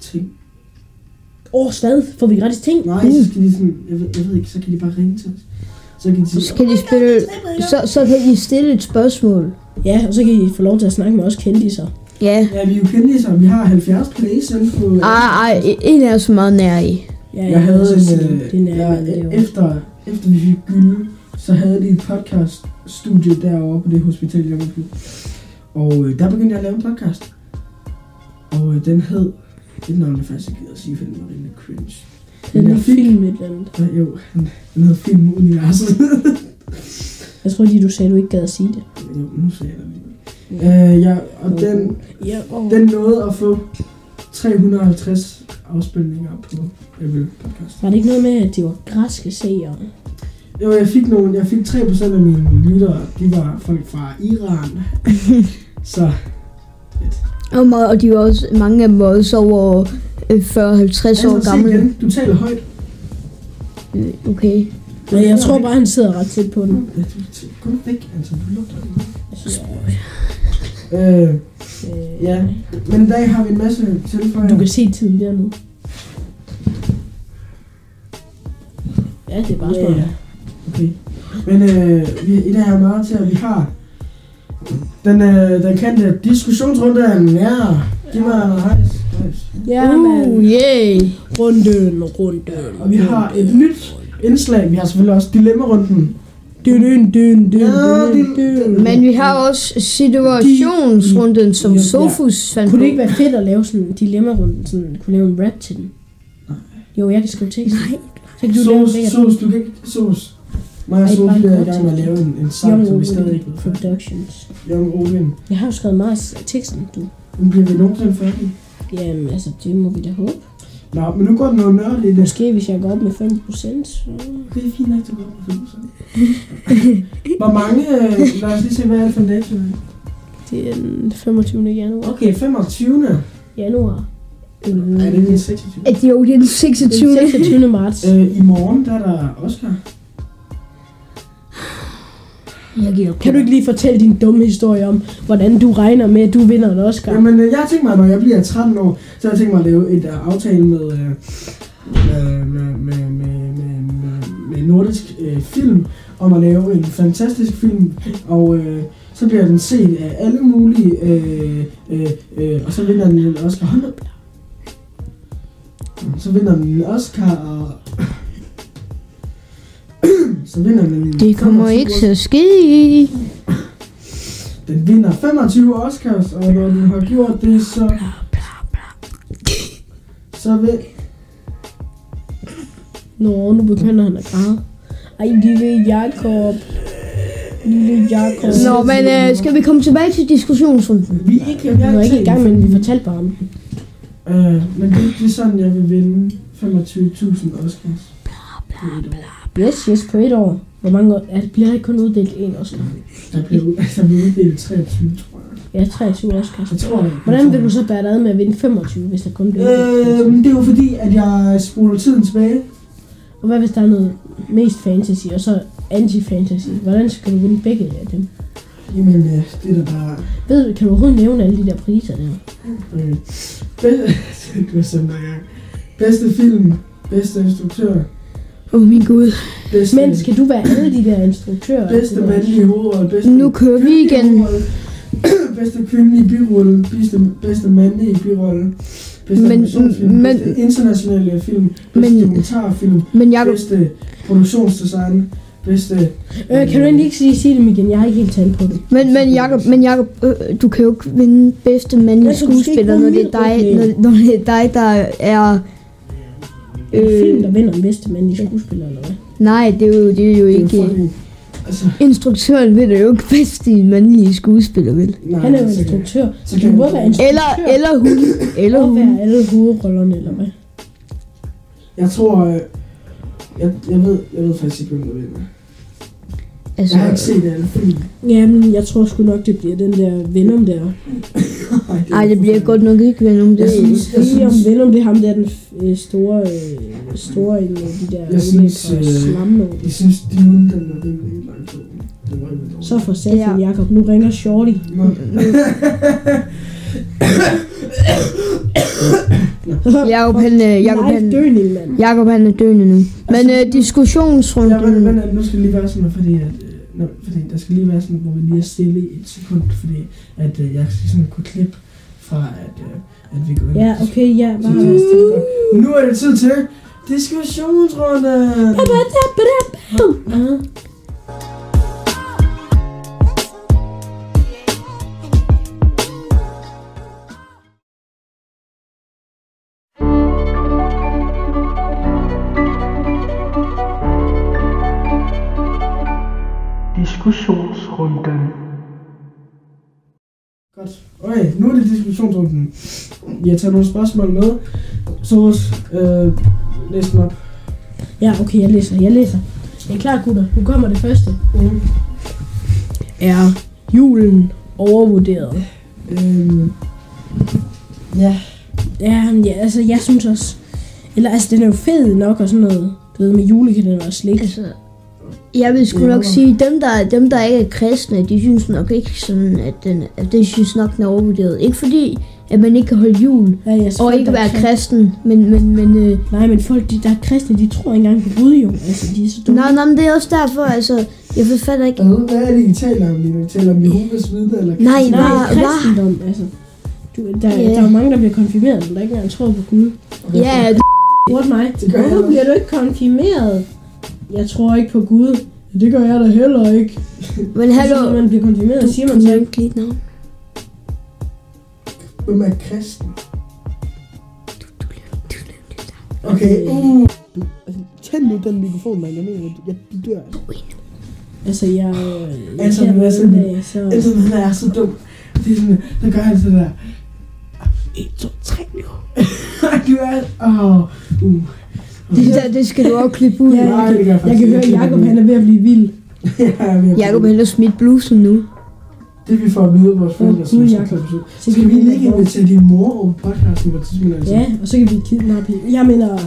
Speaker 2: ting.
Speaker 8: Åh, oh, stadig får vi gratis ting. Uh.
Speaker 2: Nej, så skal de sådan... Jeg ved, jeg ved ikke, så kan de bare ringe til os. Så kan de
Speaker 7: Så
Speaker 2: sige...
Speaker 7: kan de spille, så, så kan de stille et spørgsmål.
Speaker 8: Ja, og så kan I få lov til at snakke med os kendtiser.
Speaker 7: Ja.
Speaker 2: Ja, vi er jo kendte som vi har 70 plays inde på...
Speaker 7: Ej, ej, Ah, en er så meget nær i.
Speaker 8: Ja,
Speaker 2: Jeg havde
Speaker 8: så
Speaker 2: en,
Speaker 8: sige,
Speaker 2: øh,
Speaker 8: det er nærmere,
Speaker 2: jeg,
Speaker 8: det er jo.
Speaker 2: efter, efter vi fik gylde, så havde de et podcast studie derovre på det hospital, jeg var på. Og øh, der begyndte jeg at lave en podcast. Og øh, den hed, et navn jeg faktisk ikke gider at sige, for den var rimelig cringe.
Speaker 8: Den
Speaker 2: Ja,
Speaker 8: er
Speaker 2: fint.
Speaker 8: film et eller andet.
Speaker 2: Ja, jo, han, han havde film universet.
Speaker 8: Jeg tror lige, du sagde, du ikke gad at sige det.
Speaker 2: jo, nu sagde jeg det lige. Øh, ja, og den,
Speaker 8: Ja, og
Speaker 2: den nåede at få 350 afspilninger på Apple Podcast.
Speaker 8: Var det ikke noget med, at de var græske seere?
Speaker 2: Jo, jeg fik, nogle, jeg fik 3% af mine lyttere, de var folk fra Iran. så
Speaker 7: Og, meget, og de er også, mange af dem var også over øh, 40-50
Speaker 8: Altså,
Speaker 7: år
Speaker 2: sig
Speaker 7: gamle.
Speaker 2: igen, du taler højt.
Speaker 7: Øh, Okay.
Speaker 8: Men jeg tror bare, han sidder ret tæt på den.
Speaker 2: Ja, du- t- Kom væk, altså du lugter.
Speaker 8: Altså,
Speaker 2: Øh,
Speaker 8: øh,
Speaker 2: ja, men i dag har vi en masse tilføjer.
Speaker 8: Du kan se tiden der nu. Ja, det er bare sådan.
Speaker 2: Ja, okay. Men øh, vi, i dag har meget til, at vi har den, øh, den kendte diskussionsrunde er Giv mig noget hejs. hejs.
Speaker 8: Ja,
Speaker 7: Uh,
Speaker 8: mand.
Speaker 7: yay.
Speaker 8: Runden, runden.
Speaker 2: Og vi har et nyt indslag. Vi har selvfølgelig også dilemmarunden.
Speaker 8: Dyn, dyn, dyn, dyn, dyn, dyn.
Speaker 7: Men vi har også situationsrunden, som
Speaker 8: Ja.
Speaker 7: Sofus fandt
Speaker 8: Kunne
Speaker 7: på.
Speaker 8: det ikke være fedt at lave sådan en dilemma-runde, sådan kunne lave en rap til den? Jo, jeg kan skrive tekst. Nej. Så kan du lave en
Speaker 2: Sos,
Speaker 8: lækker
Speaker 2: sos, du kan ikke... Sos. Mig og
Speaker 8: Ej,
Speaker 2: Sos
Speaker 8: bare
Speaker 2: vi er i
Speaker 8: godt
Speaker 2: gang med at
Speaker 8: til.
Speaker 2: lave en, en
Speaker 8: Young
Speaker 2: sang, som vi stadig
Speaker 8: Owen
Speaker 2: ikke ved. hvad er.
Speaker 8: Productions.
Speaker 2: Young Owen.
Speaker 8: Jeg har jo skrevet meget af teksten, du.
Speaker 2: Men bliver vi nogensinde færdige?
Speaker 8: Jamen, altså, det må vi da håbe.
Speaker 2: Nå, men nu går det noget nørre lidt.
Speaker 8: Måske hvis jeg går op med 5 procent, så...
Speaker 2: Det er fint nok, du går på filmsang. Hvor mange... Øh, lad os lige se, hvad er det for en dato?
Speaker 8: Det er den 25. januar.
Speaker 2: Okay, 25.
Speaker 8: Januar. Øh,
Speaker 2: Nej, det er den 26.
Speaker 7: At jo, det er den
Speaker 8: den
Speaker 7: 26.
Speaker 8: 26. marts.
Speaker 2: Øh, I morgen, der er der Oscar.
Speaker 7: Jeg giver op.
Speaker 8: Kan du ikke lige fortælle din dumme historie om, hvordan du regner med, at du vinder en Oscar?
Speaker 2: Jamen, øh, jeg har tænkt mig, når jeg bliver 13 år, så har jeg tænkt mig at lave et øh, aftale med, øh, med, med, med, med, med, med, med nordisk øh, film, om at lave en fantastisk film, og øh, så bliver den set af alle mulige, øh, øh, øh, og så vinder den en Oscar. Hold op. Så vinder den en Oscar, og så vinder den en
Speaker 7: Det kommer
Speaker 2: 25
Speaker 7: ikke til at ske.
Speaker 2: Den vinder 25 Oscars, og når den har gjort det, så... Så vil...
Speaker 8: Nå, nu begynder han at græde. Ej, lille Jakob. Lille Jakob.
Speaker 7: Nå, men øh, skal vi komme tilbage til diskussionsrunden?
Speaker 2: Vi er ikke, jeg
Speaker 8: Vi var ikke i gang,
Speaker 2: med...
Speaker 8: men vi fortalte bare om det.
Speaker 2: Øh, men det, det er sådan, jeg vil vinde 25.000 Oscars.
Speaker 8: Yes, yes, på et år. Hvor mange år? Ja, det bliver ikke kun uddelt en Oscar.
Speaker 2: Der blev, der blev uddelt 23, tror jeg.
Speaker 8: Ja, 23 Oscar.
Speaker 2: Jeg tror det.
Speaker 8: Hvordan vil du så bære dig ad med at vinde 25, hvis der kun bliver uddelt
Speaker 2: Øh,
Speaker 8: 23?
Speaker 2: men det er jo fordi, at jeg spoler tiden tilbage.
Speaker 8: Og hvad hvis der er noget mest fantasy, og så anti-fantasy? Hvordan skal du vinde begge af dem?
Speaker 2: Jamen, øh, det er da bare...
Speaker 8: Ved du, kan du overhovedet nævne alle de der priser der?
Speaker 2: Øh, bedste, det var sådan, der er. bedste film, bedste instruktør,
Speaker 7: Åh, oh, min gud.
Speaker 2: bedste,
Speaker 8: Men skal du være alle de der instruktører?
Speaker 2: bedste mandlige hovedrolle, bedste
Speaker 7: Nu kører vi igen.
Speaker 2: Birolle. bedste kvindelige birolle, bedste, bedste mandlige birolle, bedste
Speaker 7: Men-
Speaker 2: animationsfilm,
Speaker 7: men-
Speaker 2: bedste internationale film, bedste
Speaker 7: Men-
Speaker 2: dokumentarfilm,
Speaker 7: Men Jacob,
Speaker 2: bedste produktionsdesign, bedste...
Speaker 8: Øh, kan du egentlig ikke sige, sige dem igen? Jeg har ikke helt talt på det.
Speaker 7: men, men Jacob, men Jacob øh, du kan jo ikke vinde bedste mandlige
Speaker 8: Altså, du skal ikke
Speaker 7: skuespiller,
Speaker 8: bruge
Speaker 7: når det er
Speaker 8: mit
Speaker 7: dig,
Speaker 8: oplæg.
Speaker 7: når, når det er dig der er...
Speaker 8: Øh. En film,
Speaker 7: Øh,
Speaker 8: der vinder den bedste mandlige skuespiller, eller hvad?
Speaker 7: nej, det er jo, det er jo
Speaker 2: Det er
Speaker 7: ikke...
Speaker 2: fucking- Altså,
Speaker 7: Instruktøren vinder jo ikke bedste mandlige skuespiller, vel?
Speaker 2: nej,
Speaker 8: Han er jo
Speaker 2: så kan-
Speaker 8: instruktør.
Speaker 2: så
Speaker 8: Du
Speaker 2: kan-
Speaker 8: må være instruktør.
Speaker 7: Eller, eller hun. Eller
Speaker 8: Og være
Speaker 7: hun.
Speaker 8: alle hovedrollerne, eller hvad?
Speaker 2: Jeg tror... øh, Jeg, jeg, ved, jeg ved faktisk ikke, hvem der vinder.
Speaker 7: Altså,
Speaker 2: Jeg har ikke set alle film.
Speaker 8: Jamen, jeg tror sgu nok, det bliver den der Venom der.
Speaker 7: ej, det bliver godt nok ikke ved nogen. Det,
Speaker 2: Jeg synes, jeg
Speaker 8: Lige om
Speaker 2: synes,
Speaker 8: Venom, det er ham der, den øh, store, øh, store en af de der
Speaker 2: Jeg synes,
Speaker 8: ulækre
Speaker 2: øh,
Speaker 8: slamlåg.
Speaker 2: jeg synes, Dune, den var rimelig langt over. Den var rimelig dårlig.
Speaker 8: Så for satan,
Speaker 7: Ja.
Speaker 8: Jakob, nu ringer Shorty.
Speaker 2: Nå,
Speaker 7: Jacob, han, øh, Jacob,
Speaker 8: Nej,
Speaker 7: han,
Speaker 8: døende, mand.
Speaker 7: Jacob, han er døende nu. Men øh,
Speaker 2: Ja, men,
Speaker 7: diskussionsrunden.
Speaker 2: men nu skal det lige være sådan, fordi, at, øh, nå, fordi der skal lige være sådan, hvor vi lige er stille i et sekund, fordi at, øh, jeg skal sådan kunne klippe fra, at, øh, at vi går ind.
Speaker 8: Ja, okay, ja.
Speaker 2: Så
Speaker 8: Bare...
Speaker 2: det er stille godt. Nu er det tid til diskussionsrunde.
Speaker 8: Ah.
Speaker 9: diskussionsrunden.
Speaker 2: Godt. Okay, nu er det diskussionsrunden. Jeg tager nogle spørgsmål med. Så øh, læs dem op.
Speaker 8: Ja, okay, jeg læser, jeg læser. Jeg er klar, gutter. Nu kommer det første.
Speaker 2: Mm.
Speaker 8: Er julen overvurderet?
Speaker 2: Øhm, ja,
Speaker 8: Ja, ja, altså, jeg synes også... Eller, altså, den er jo fed nok og sådan noget. Du ved, med julekalender og slik.
Speaker 7: Altså, jeg vil sgu nok sige, dem der, dem der ikke er kristne, de synes nok ikke sådan, at den, at de synes nok, den er overvurderet. Ikke fordi, at man ikke kan holde jul,
Speaker 8: Ja, jeg
Speaker 7: og ikke være kristen, men, men, men øh,
Speaker 8: Nej, men folk, de, der er kristne, de tror ikke engang på Gud, jo. Altså, de er så dumme.
Speaker 7: nej, nej, men det er også derfor, altså, jeg forfatter ikke.
Speaker 2: hvad, hvad er det, I taler om lige nu? I taler om Jehovas vidner eller
Speaker 7: Nej,
Speaker 8: Nej,
Speaker 7: nej, nej.
Speaker 8: kristendom, altså. Du, der,
Speaker 7: Ja.
Speaker 8: yeah. der er jo mange, der bliver konfirmeret, men der ikke engang tror på Gud.
Speaker 7: Ja,
Speaker 8: Spurgte mig,
Speaker 2: Det gør jeg
Speaker 8: hvorfor
Speaker 2: også."
Speaker 8: bliver du ikke konfirmeret? Jeg tror ikke på Gud. "Ja, Det gør jeg da heller ikke.
Speaker 7: men
Speaker 8: Hallo. Så, når
Speaker 7: hallo.
Speaker 8: man bliver konfirmeret, siger man så
Speaker 7: Du
Speaker 8: ikke,
Speaker 7: ikke lide navn.
Speaker 2: Hvem er kristen? Okay, uh.
Speaker 10: Du, Øh. altså, tænd nu den mikrofon, man. Jeg mener, du, jeg, de dør. altså.
Speaker 8: altså jeg... øh, jeg
Speaker 2: Altså,
Speaker 8: ser
Speaker 2: hvad
Speaker 8: på
Speaker 2: sådan-
Speaker 8: den dag, så...
Speaker 2: Altså, den er så dum. Det er sådan, der gør han sådan der.
Speaker 10: 1, 2, 3, nu.
Speaker 2: Han gør Åh, uh.
Speaker 7: Det, der, det skal du også klippe ud.
Speaker 8: Ja,
Speaker 2: Nej,
Speaker 8: jeg,
Speaker 2: det gør
Speaker 8: kan,
Speaker 2: jeg
Speaker 8: altså, jeg kan
Speaker 2: faktisk
Speaker 8: høre,
Speaker 2: ikke.
Speaker 8: Jacob han er ved at blive vild.
Speaker 7: Jakob han har smidt blusen nu.
Speaker 2: Det vi får at vide af vores forældre, som
Speaker 8: Gud,
Speaker 2: skal
Speaker 8: Jacob.
Speaker 2: klappe sig ud.
Speaker 8: Så
Speaker 2: Skal vi lige
Speaker 8: gå-
Speaker 2: invitere din mor over på podcasten på et tidspunkt? Altså?
Speaker 8: Ja, og så kan vi kidnappe hende. Jeg mener...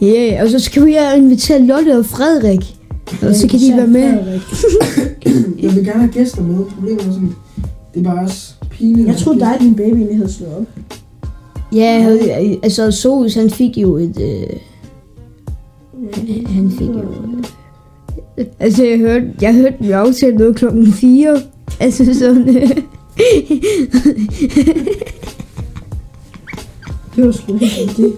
Speaker 7: Ja, yeah, og så skal vi jo invitere Lotte og Frederik. Og så kan de være med.
Speaker 8: Frederik.
Speaker 2: Jeg vil gerne have gæster med. Problemet er sådan, det er bare også pinligt.
Speaker 8: Jeg troede dig, og din baby egentlig havde slået op.
Speaker 7: Ja, øh, altså Sohus, han fik jo et... Øh, han- han fik jo... Øh, altså, jeg hørte, jeg hørte vi aftalte noget klokken 4. Altså sådan... Øh,
Speaker 8: Det var sgu ikke det.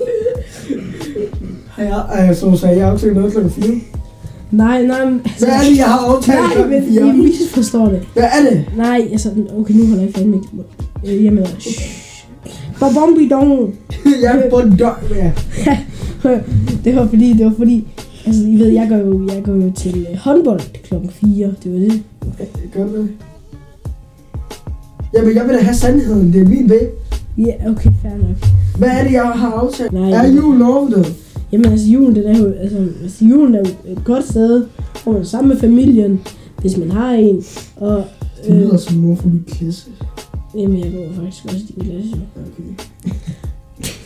Speaker 2: Har jeg, øh, så sagde jeg aftalt noget klokken 4.
Speaker 8: Nej, nej, men- altså...
Speaker 2: Hvad er det, jeg har aftalt
Speaker 8: Nej,
Speaker 2: klokken
Speaker 8: men
Speaker 2: 4?
Speaker 8: I misforstår det.
Speaker 2: Hvad er det?
Speaker 8: Nej, altså... Okay, nu holder jeg fandme ikke... Øh, Jeg mener... shh. Babombi dong.
Speaker 2: jeg er på en døg med jer.
Speaker 8: det var fordi, det var fordi... Altså, I ved, jeg går jo, jeg går jo til øh, håndbold klokken 4, det var det.
Speaker 2: Gør det. Jamen, jeg vil da have sandheden. Det er min babe.
Speaker 8: Ja, okay, fair nok.
Speaker 2: Hvad er det, jeg har aftalt?
Speaker 8: Nej.
Speaker 2: er jul overvurderet?
Speaker 8: Jamen altså julen, den er jo, altså, altså julen er jo et godt sted, hvor man er sammen med familien, hvis man har en. Og,
Speaker 2: Det lyder som mor for min klasse.
Speaker 8: jamen, jeg går faktisk også i din klasse. jo.
Speaker 2: Okay.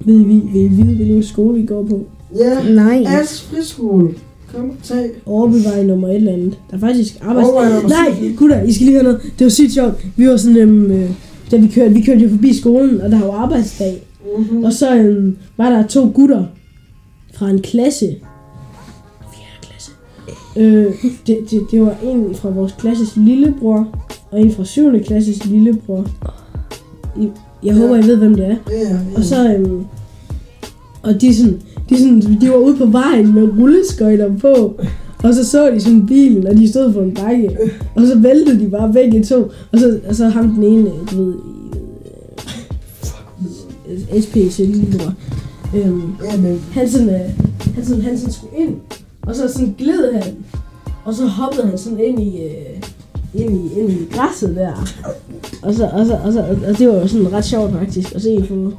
Speaker 8: Ved I, vil I vide, hvilken skole vi går på?
Speaker 2: Ja,
Speaker 7: nej.
Speaker 2: As friskole. Kom og tag.
Speaker 8: Årbevej nummer et eller andet. Der er faktisk arbejds...
Speaker 2: Overvej nummer
Speaker 8: Nej, gutter, I skal lige høre noget. Det var sygt sjovt. Vi var sådan, øhm, øh, da vi kørte, vi kørte jo forbi skolen, og der var jo arbejdsdag.
Speaker 2: Mhm.
Speaker 8: Og så øhm, var der to gutter fra en klasse. Fjerde klasse. Øh, det, det, det var en fra vores klasses lillebror, og en fra syvende klasses lillebror. I, jeg håber, I ved, hvem det er.
Speaker 2: Ja, ja.
Speaker 8: Og så, øhm, og de, sådan, de, sådan, de var ude på vejen med rulleskøjter på, og så så de sådan bilen, og de stod på en bakke, og så væltede de bare begge to, og så, og så ham den ene, du ved, øh, SP til lillebror, øhm,
Speaker 2: Ja, men
Speaker 8: han sådan, øh, han sådan, han sådan skulle ind, og så sådan gled han, og så hoppede han sådan ind i, øh, ind i, ind i græsset der. Og, så, og, så, og, så, og det var jo sådan ret sjovt faktisk at se på,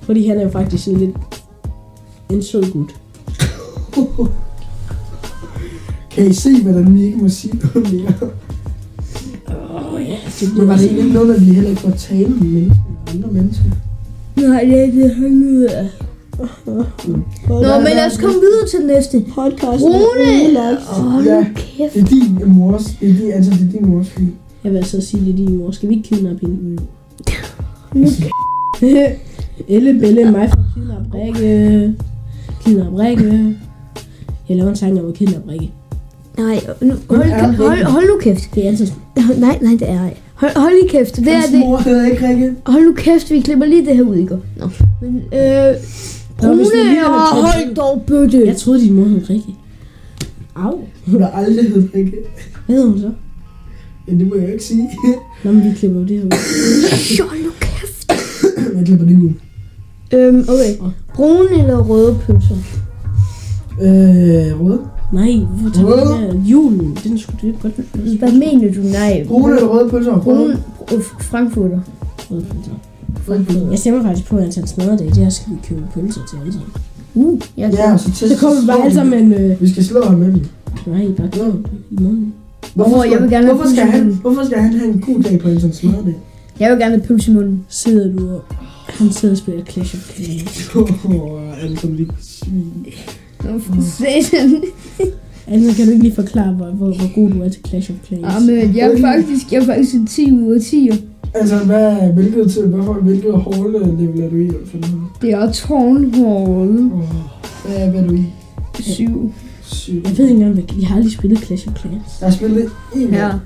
Speaker 8: fordi han er jo faktisk sådan lidt en sød gut.
Speaker 2: kan I se, hvordan vi ikke må sige noget mere?
Speaker 8: Åh oh, ja,
Speaker 2: Men var det ikke noget, at vi heller ikke må tale om mennesker, om andre mennesker?
Speaker 7: Nej, det er det handlede Nå, men lad os komme videre til den næste.
Speaker 8: podcast.
Speaker 7: Rune!
Speaker 2: Åh, ja,
Speaker 7: Kæft.
Speaker 2: det er din mors, det er din, altså det er din mors skyld.
Speaker 8: Jeg vil altså sige lidt i mor, skal vi ikke kidnappe hende? Mm. Elle Belle, mig fra Kidnap Rikke. Kidnap Rikke. Jeg laver en sang om at kidnappe Rikke.
Speaker 7: Nej, nu, hold,
Speaker 2: er
Speaker 7: hold, hold nu kæft.
Speaker 8: Det er altså
Speaker 7: Nej, nej, det er jeg. Hold, hold lige kæft. Det er
Speaker 2: Hans
Speaker 7: det.
Speaker 2: mor hedder ikke Rikke.
Speaker 7: Hold nu kæft, vi klipper lige det her ud, ikke? Nå. Men, øh...
Speaker 8: Nå, hvis det
Speaker 7: Rune,
Speaker 8: alligevel er
Speaker 7: og
Speaker 8: klippet
Speaker 7: hold
Speaker 8: ud.
Speaker 7: dog bøtte.
Speaker 8: Jeg troede, din mor hed Rikke. Au.
Speaker 2: Hun har aldrig heddet Rikke.
Speaker 8: Hvad hedder hun så?
Speaker 2: Men det må jeg jo ikke sige.
Speaker 8: Nå, men vi klipper jo det her ud.
Speaker 7: Hold nu kæft.
Speaker 2: Jeg klipper det ud.
Speaker 7: Øhm, okay. Brune eller røde pølser?
Speaker 2: Øh, røde.
Speaker 8: Nej, hvorfor tager du den her julen? Den skulle du ikke godt
Speaker 7: Hvad mener du? Nej.
Speaker 2: Brune eller røde pølser?
Speaker 7: Brune og frankfurter.
Speaker 8: prøve på det. Jeg stemmer faktisk på, at han smadrer det. Det her skal vi købe pølser til alle sammen.
Speaker 7: Uh, jeg
Speaker 2: Ja, så til
Speaker 8: Så kommer vi bare alle sammen med en... Øh,
Speaker 2: Vi skal slå ham med dem.
Speaker 8: nej, bare gå i munden.
Speaker 7: Åh, jeg
Speaker 2: skal-
Speaker 7: vil gerne have
Speaker 2: hvorfor skal,
Speaker 7: pølse i
Speaker 2: han,
Speaker 7: munden.
Speaker 2: hvorfor skal han have en god dag på en sådan smadret dag?
Speaker 7: Jeg vil gerne have pølse i munden.
Speaker 8: Sidder du og... Han sidder og spiller Clash of Clans.
Speaker 2: Åh, Anton, dit svin.
Speaker 7: Nå, for satan.
Speaker 8: Altså, kan du ikke lige forklare, hvor, hvor, hvor god du er til Clash of Clans?
Speaker 7: Jamen, jeg er faktisk, jeg er faktisk en 10 ud af 10.
Speaker 2: Altså, hvad, hvilket, til, hvad for, hvilket øh, hårde level er du i? For nu?
Speaker 7: Det er tårnhårde.
Speaker 2: Åh, Hvad er hvad er du i?
Speaker 7: 7.
Speaker 2: Syv.
Speaker 8: Jeg ved ikke engang, hvad- jeg har aldrig spillet Clash of Clans.
Speaker 2: Jeg har spillet en
Speaker 7: Ja.
Speaker 2: gang.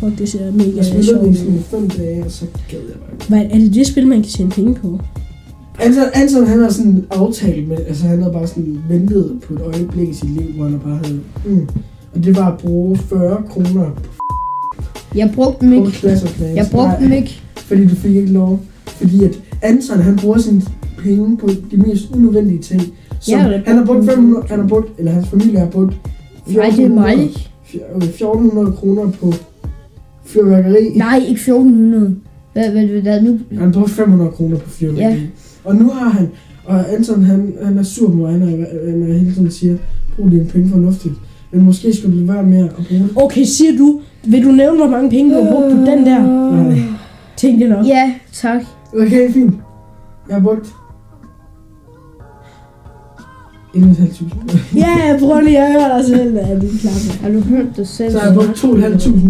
Speaker 8: Fuck, det ser mega
Speaker 2: Jeg spillede
Speaker 8: sjovt
Speaker 2: den i
Speaker 8: ud.
Speaker 2: sådan fem dage, og så gad jeg bare ikke.
Speaker 8: Hvad, er det det spil, man kan tjene penge på?
Speaker 2: Anton, Anton, han har sådan en aftale med, altså han havde bare sådan ventet på et øjeblik i sit liv, hvor han bare havde, mm. Og det var at bruge 40 kroner på
Speaker 7: Jeg brugte dem ikke.
Speaker 2: Clash of Clans.
Speaker 7: Jeg brugte
Speaker 2: Nej,
Speaker 7: dem ikke.
Speaker 2: Fordi du fik ikke lov. Fordi at Anton, han bruger sine penge på de mest unødvendige ting. Som
Speaker 7: Ja, eller-
Speaker 2: han har brugt 500, han har brugt, eller hans familie har brugt
Speaker 7: Nej, det er mig.
Speaker 2: 1400 fj- øh, 1400 kroner på fyrværkeri.
Speaker 7: Nej, ikke 1400. Hvad, hvad, hvad, hvad nu?
Speaker 2: Han brugte 500 kroner på fyrværkeri.
Speaker 7: Ja.
Speaker 2: Og nu har han, og Anton han, han er sur på mig, når jeg, når jeg hele tiden siger, brug dine penge fornuftigt. Men måske skulle du lade være med at bruge
Speaker 8: Okay, siger du... Vil du nævne, hvor mange penge du har brugt på den der?
Speaker 2: Nej.
Speaker 8: Tænk det nok.
Speaker 7: Ja, tak.
Speaker 2: Okay, fint. Jeg har brugt 11.500.
Speaker 8: Ja, prøv lige at høre dig selv, at du klapper.
Speaker 7: Har du hørt dig selv?
Speaker 2: Så har jeg brugt 2.500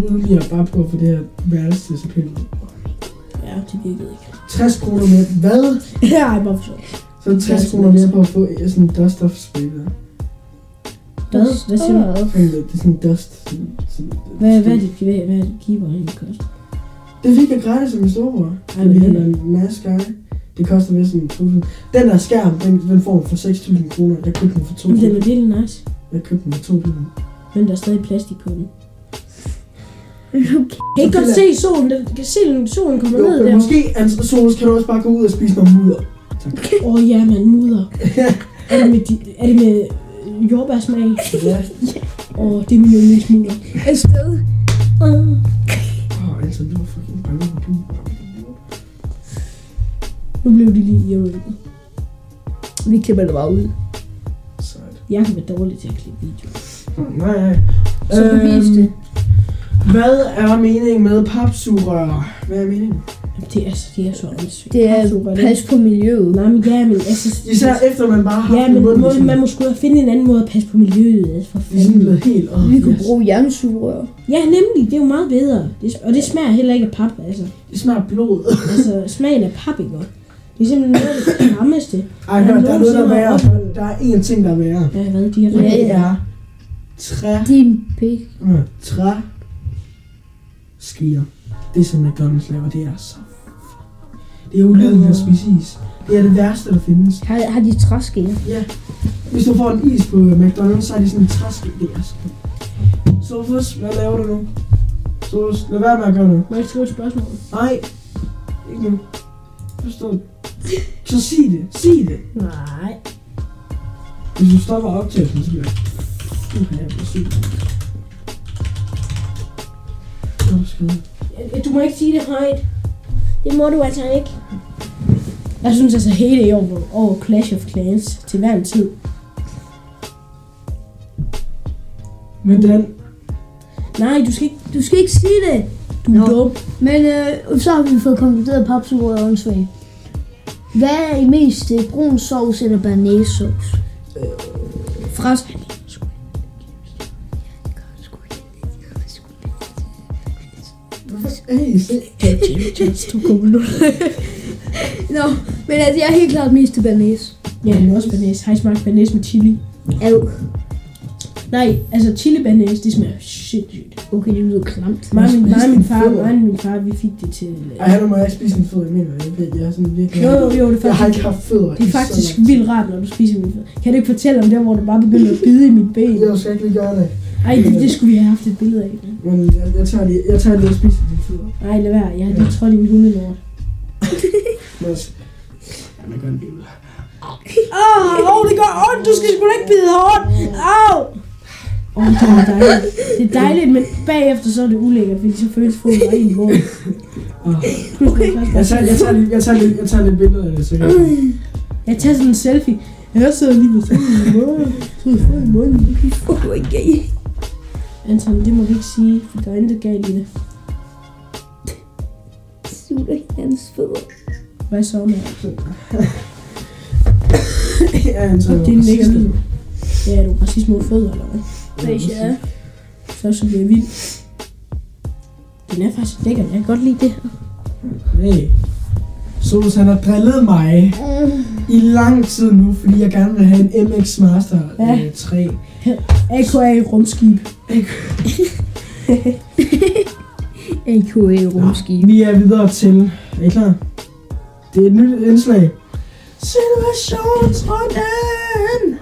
Speaker 2: yderligere bare på at få det her værelse til at se pænt ud.
Speaker 8: Ja, det virkede ikke.
Speaker 2: 60 kroner mere. Hvad?
Speaker 8: Ja, jeg bare forstår.
Speaker 2: Så er det 60 kroner mere på at få øh, sådan en dust off spiller.
Speaker 8: Hvad? Hvad siger du?
Speaker 2: Det er sådan en dust. Sådan, sådan,
Speaker 8: Hvad, hvad er det, hvad, hvad er det keeper egentlig koster?
Speaker 2: Det fik jeg gratis af min storebror.
Speaker 8: Ej,
Speaker 2: Fordi
Speaker 8: hvor
Speaker 2: han er en masse guy. Det koster vist sådan 1000. Den der skærm, den, den får man for 6.000 kroner. Jeg købte den for
Speaker 8: Men den
Speaker 2: 2.000.
Speaker 8: er virkelig nice.
Speaker 2: Jeg købte den for 2.000.
Speaker 8: Men der er stadig plastik på den. Kan I ikke godt se solen? Den, kan I se, den, solen kommer
Speaker 2: Jo,
Speaker 8: ned
Speaker 2: men
Speaker 8: der?
Speaker 2: måske, Anders Solos, kan du også bare gå ud og spise noget mudder.
Speaker 8: Åh oh, ja, man mudder. er, det med, di- er det med øh, jordbærsmag?
Speaker 2: Ja.
Speaker 8: Åh, oh, det er min yndlingsmudder.
Speaker 7: Et sted.
Speaker 8: Uh.
Speaker 2: Åh, oh, altså, du var fucking bange for du.
Speaker 8: Nu blev de lige irrelevant.
Speaker 7: Vi klipper det bare ud.
Speaker 2: Sejt.
Speaker 8: Jakob er dårlig til at klippe videoer.
Speaker 2: Nej, nej.
Speaker 7: Så bevis det.
Speaker 2: Øhm, Hvad er meningen med papsugerør? Hvad er meningen?
Speaker 8: Jamen, Det er, altså, det er så åndssvagt.
Speaker 7: Det er
Speaker 8: Super,
Speaker 7: pas på miljøet.
Speaker 8: Nej, men ja, men altså...
Speaker 2: Især efter man bare har
Speaker 8: Ja,
Speaker 2: haft
Speaker 8: men
Speaker 2: en mund,
Speaker 8: må,
Speaker 2: ligesom-
Speaker 8: man må sgu da finde en anden måde at passe på miljøet, altså for
Speaker 2: Det er sådan
Speaker 8: fanden.
Speaker 2: blevet helt op.
Speaker 7: Vi kunne bruge jernsugerør.
Speaker 8: Ja, nemlig, det er jo meget bedre. Det, og det smager heller ikke af pap, altså.
Speaker 2: Det smager blod.
Speaker 8: Altså, smagen af pap, ikke godt? Det er simpelthen noget af det klammeste.
Speaker 2: Ej, hør, der er noget, der er værre. Der er én ting, der er værre.
Speaker 8: Ja, hvad, de er
Speaker 2: Og
Speaker 8: rigtig.
Speaker 2: det er træ,
Speaker 7: Din pik.
Speaker 2: øh, træ skier. Det som McDonald's laver, det er så det er ulyden at spise is. Det er det værste, der findes.
Speaker 7: Har, har de træskeer?
Speaker 2: Hvis du får en is på øh, McDonald's, så er det sådan en træske. Det er så Sofus, hvad laver du nu? Sofus, lad være med at gøre noget.
Speaker 8: Må jeg ikke skrive et spørgsmål?
Speaker 2: Nej, ikke nu. Forstår du? Så sig det, sig det.
Speaker 8: Nej.
Speaker 2: Hvis du stopper optagelsen, så bliver jeg... Uha, jeg bliver syg. Nå, skal jeg-
Speaker 8: Du må ikke sige det højt. Det må du altså ikke. Jeg synes altså hele i år over Clash of Clans til hver en tid.
Speaker 2: Men den,
Speaker 8: Nej, du skal ikke.
Speaker 7: Du skal ikke sige det.
Speaker 8: Du er
Speaker 7: Nå.
Speaker 8: dum.
Speaker 7: Men øh, så har vi fået konkluderet papsugerør og åndssvagt. Hvad er I mest til? Brun sovs eller bernæssauce? sovs? Fra...
Speaker 2: hey, se.
Speaker 8: Du kommer nu.
Speaker 7: Nå, men altså, jeg er helt klart mest til bernæs.
Speaker 8: Ja, men også banæs. Har I smagt banæs med chili?
Speaker 7: Au.
Speaker 8: Nej, altså chili banæs, det smager sindssygt.
Speaker 7: Okay, det lyder klamt.
Speaker 8: Mig og min, mig og min
Speaker 2: Spis
Speaker 8: far,
Speaker 2: den fed.
Speaker 8: mig og min far, vi fik det til... øh,
Speaker 2: Ej, nu må jeg ikke spise en fed, jeg mener, jeg, jeg er sådan virkelig...
Speaker 8: Jo, jo, jo, det er
Speaker 2: Jeg har ikke
Speaker 8: faktisk,
Speaker 2: haft fødder
Speaker 8: det
Speaker 2: i
Speaker 8: er
Speaker 2: så
Speaker 8: faktisk
Speaker 2: lang tid.
Speaker 8: vildt rart, når du spiser min far. Kan du ikke fortælle om der, hvor du bare begyndte at bide i mit ben?
Speaker 2: Jeg skal ikke lige gøre det.
Speaker 8: Ej, det, det skulle vi have haft et billede af.
Speaker 2: Men jeg, jeg tager lige, jeg tager lige og spiser dine fødder.
Speaker 8: Nej, lad være. Jeg har lige trådt i min hundelort.
Speaker 2: Men altså... Ja, man gør en bivl.
Speaker 8: Åh, oh, det gør ondt. Du skal sgu da ikke bide hårdt. Au! Åh, oh, det var dejligt. Det er dejligt, men bagefter så er det ulækkert, fordi så føles foden bare i en vågen. Okay.
Speaker 2: Jeg tager, jeg, tager, lige- jeg, tager, lige- jeg tager lidt billeder af det, så kan jeg
Speaker 8: Jeg tager sådan en selfie. Jeg sidder lige ved foden i munden. Sidder foden i munden.
Speaker 7: Åh, oh, okay.
Speaker 8: Anton, det må vi ikke sige, for der er intet galt i det.
Speaker 7: Sutter hans fødder.
Speaker 8: Hvad så, mand?
Speaker 2: Ja, han tager
Speaker 8: Det er næste. Ja, er du racist mod fødder, eller hvad?
Speaker 7: Ja.
Speaker 8: Så så bliver jeg vild. Den er faktisk lækker. Jeg kan godt lide det.
Speaker 2: Hey. Solus, han har drillet mig i lang tid nu, fordi jeg gerne vil have en MX Master øh,
Speaker 8: Ja.
Speaker 2: ja. 3.
Speaker 8: AKA rumskib.
Speaker 7: AKA rumskib.
Speaker 2: Vi er videre til... Er I klar? Det er et nyt indslag. Situationsrunden!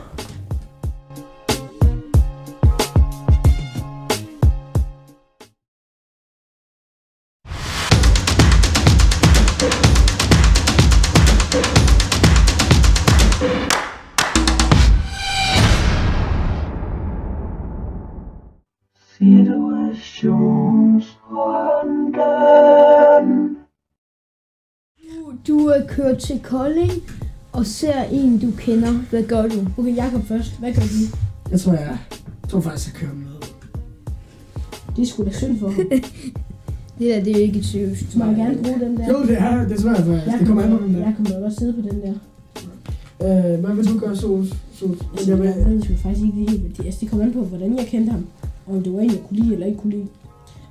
Speaker 7: Du er kørt til Kolding og ser en, du kender. Hvad gør du?
Speaker 8: Okay, Jakob først. Hvad kan du lide?
Speaker 2: Jeg tror, jeg, jeg tror faktisk, jeg kører med.
Speaker 8: Det er sgu da synd for ham.
Speaker 7: Det der, det er ikke et seriøst.
Speaker 8: Du må gerne bruge den der.
Speaker 2: Jo, det er det tror jeg faktisk. Det kommer an på, hvem det er.
Speaker 8: Jeg kan godt sidde på den der.
Speaker 2: Øh, hvad vil du gøre, Solus? Solus?
Speaker 8: Altså,
Speaker 2: Jeg
Speaker 8: jeg
Speaker 2: vil,
Speaker 8: ved sgu faktisk ikke helt, hvad det altså, det kommer an på, hvordan jeg kendte ham. Og om det var en, jeg kunne lide eller ikke kunne lide.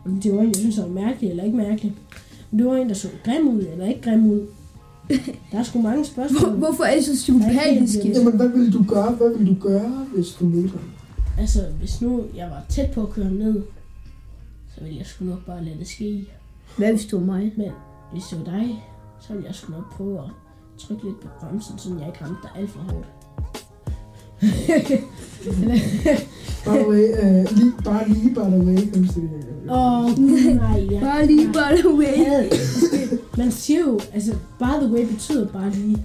Speaker 8: Om det var en, jeg synes, der var mærkelig eller ikke mærkelig. Om det var en, der så grim ud eller ikke grim ud. Der er sgu mange spørgsmål.
Speaker 7: Hvorfor er I så sympatiske?
Speaker 2: jamen, hvad vil du gøre? Hvad vil du gøre, hvis du mødte ham?
Speaker 8: Altså, hvis nu jeg var tæt på at køre ham ned, så ville jeg sgu nok bare lade det ske.
Speaker 7: Hvad hvis du er mig?
Speaker 8: Men hvis det var dig, så ville jeg sgu nok prøve at trykke lidt på bremsen, så jeg ikke ramte dig alt for hårdt.
Speaker 2: By the way, øh, lige, bare lige, by the way, kan du sige det?
Speaker 8: Åh, gud, nej, jeg
Speaker 7: Bare lige, by the way.
Speaker 8: havde. Man siger jo, altså, by the way betyder bare lige.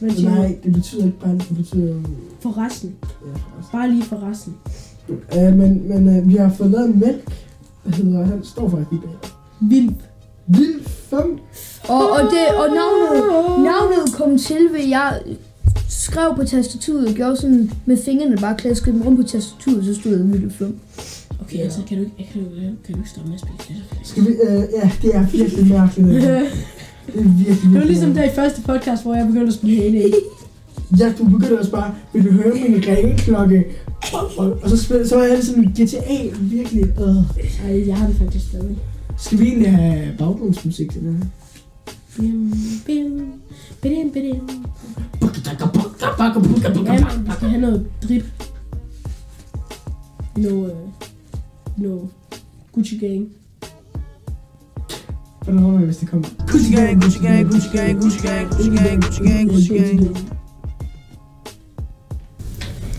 Speaker 8: Man siger
Speaker 2: Nej,
Speaker 8: jo,
Speaker 2: det betyder ikke bare, det betyder jo...
Speaker 8: for resten.
Speaker 2: Ja, forresten.
Speaker 8: Bare lige for resten.
Speaker 2: øh, men men øh, vi har fået lavet en mælk, der hedder, han står faktisk lige bag.
Speaker 8: Vildt.
Speaker 2: Vild 5.
Speaker 7: Og, og, det, og navnet, navnet kom til ved, jeg skrev på tastaturet og gjorde sådan med fingrene bare klaskede dem rundt på tastaturet, så stod der Mille Flum.
Speaker 8: Okay, altså, kan du ikke, kan du, kan du ikke stoppe med at spille klatter?
Speaker 2: Skal vi, øh, ja, det er virkelig mærkeligt. det her. Det er virkelig,
Speaker 8: Det var
Speaker 2: virkelig
Speaker 8: ligesom
Speaker 2: mærkeligt.
Speaker 8: der i første podcast, hvor jeg begyndte at spille hende.
Speaker 2: Ja, du begynder også bare, vil du høre min ringeklokke? Og, og, og så, spiller, så er det sådan GTA virkelig. Øh.
Speaker 8: Ej, jeg har det faktisk stadig.
Speaker 2: Skal vi egentlig have baggrundsmusik til det her?
Speaker 8: Bim, bim, bim, bim. Ja, men vi skal have noget drip. Noget, øh, noget Gucci Gang.
Speaker 2: For det håber jeg, hvis det kommer. Gucci gang, Gucci gang, Gucci gang, Gucci gang, Gucci gang, Gucci gang, Gucci gang.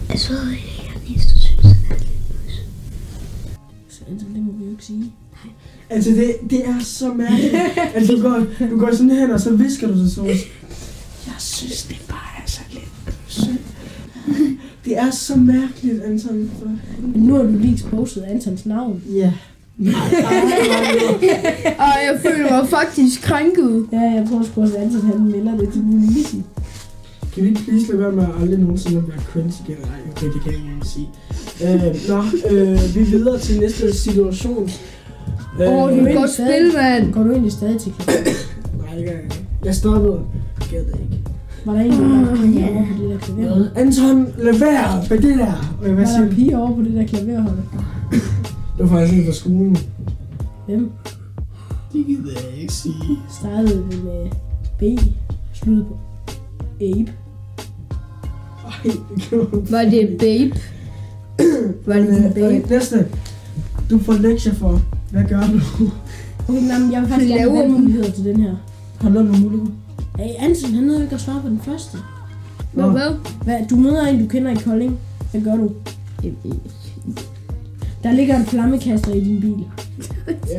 Speaker 7: Altså, jeg næste synes.
Speaker 8: Så Anton, det må vi jo ikke sige.
Speaker 2: Altså, det, det er så mærkeligt. altså, du går, du går sådan hen, og så visker du til Sofus. Jeg synes, det bare er så lidt bøsse. Det er så mærkeligt, Anton. For...
Speaker 8: Men nu har du lige exposed Antons navn.
Speaker 2: Ja.
Speaker 7: Og jeg føler mig faktisk krænket.
Speaker 8: Ja, jeg tror sgu også, at Anton han melder det til Mille Missy.
Speaker 2: Kan vi ikke please lade være med at aldrig nogensinde at være cringe igen? Nej, okay, det kan jeg ikke engang sige. Øh, nå, øh, vi er videre til næste situation. Øh,
Speaker 7: Åh, det er
Speaker 8: men
Speaker 7: et godt
Speaker 8: stadig-
Speaker 7: spil, mand.
Speaker 8: Går du egentlig stadig til klassen?
Speaker 2: Nej, det gør jeg ikke. Jeg stoppede. Jeg gad det ikke.
Speaker 8: Var der egentlig bare
Speaker 7: Ah,
Speaker 8: pige over på det der klaver?
Speaker 2: Anton, lad være med det der. Og jeg vil
Speaker 8: Var der
Speaker 2: sige,
Speaker 8: en pige over på det der klaverhold?
Speaker 2: det var faktisk en fra skolen.
Speaker 8: Hvem
Speaker 2: Det gider jeg ikke sige.
Speaker 8: startede vi med B, sluttede på Abe?
Speaker 2: Ej, det gjorde hun.
Speaker 7: Var det babe? Var det en
Speaker 2: Øh,
Speaker 7: babe?
Speaker 2: øh, Næste. Du får lektier for. Hvad gør du?
Speaker 8: Okay, nej, men jeg vil faktisk gerne
Speaker 7: Klaver.
Speaker 8: have nogle muligheder til den her.
Speaker 2: Har du lavet nogle muligheder?
Speaker 8: Hey, Anton, han nåede ikke at svare på den første.
Speaker 7: Hvad? Hvad?
Speaker 8: Hvad, du møder en, du kender i Kolding. Hvad gør du? Der ligger en flammekaster i din bil.
Speaker 2: Ja,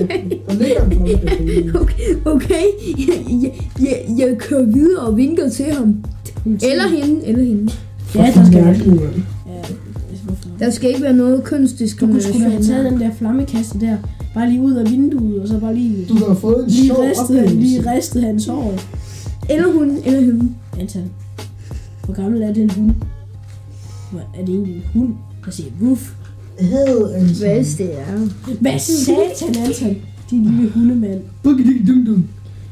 Speaker 2: der ligger en klokke derude.
Speaker 7: Okay, okay. Jeg, jeg, jeg, jeg kører videre og vinker til ham.
Speaker 8: Politiet.
Speaker 7: Eller hende, eller hende.
Speaker 8: Ja, der skal være.
Speaker 2: mærkeligt, mand.
Speaker 8: Ja, hvorfor?
Speaker 7: Der skal ikke være noget
Speaker 8: Du kunne sgu da
Speaker 7: kønsdiskrimination.
Speaker 8: have taget den der flammekasse der, bare lige ud af vinduet, og så bare lige,
Speaker 2: Du har fået en
Speaker 8: lige,
Speaker 2: sjov
Speaker 8: ristet, han,
Speaker 2: oplevelse.
Speaker 8: lige ristet hans hår.
Speaker 7: Eller hun, eller hende.
Speaker 8: Antal. Hvor gammel er den hund? Hvor er det egentlig en hund, der siger woof?
Speaker 2: Havde en
Speaker 7: Hvis det er.
Speaker 8: Hvad satan, Antal? Din lille hundemand.
Speaker 2: Bukidikidumdum.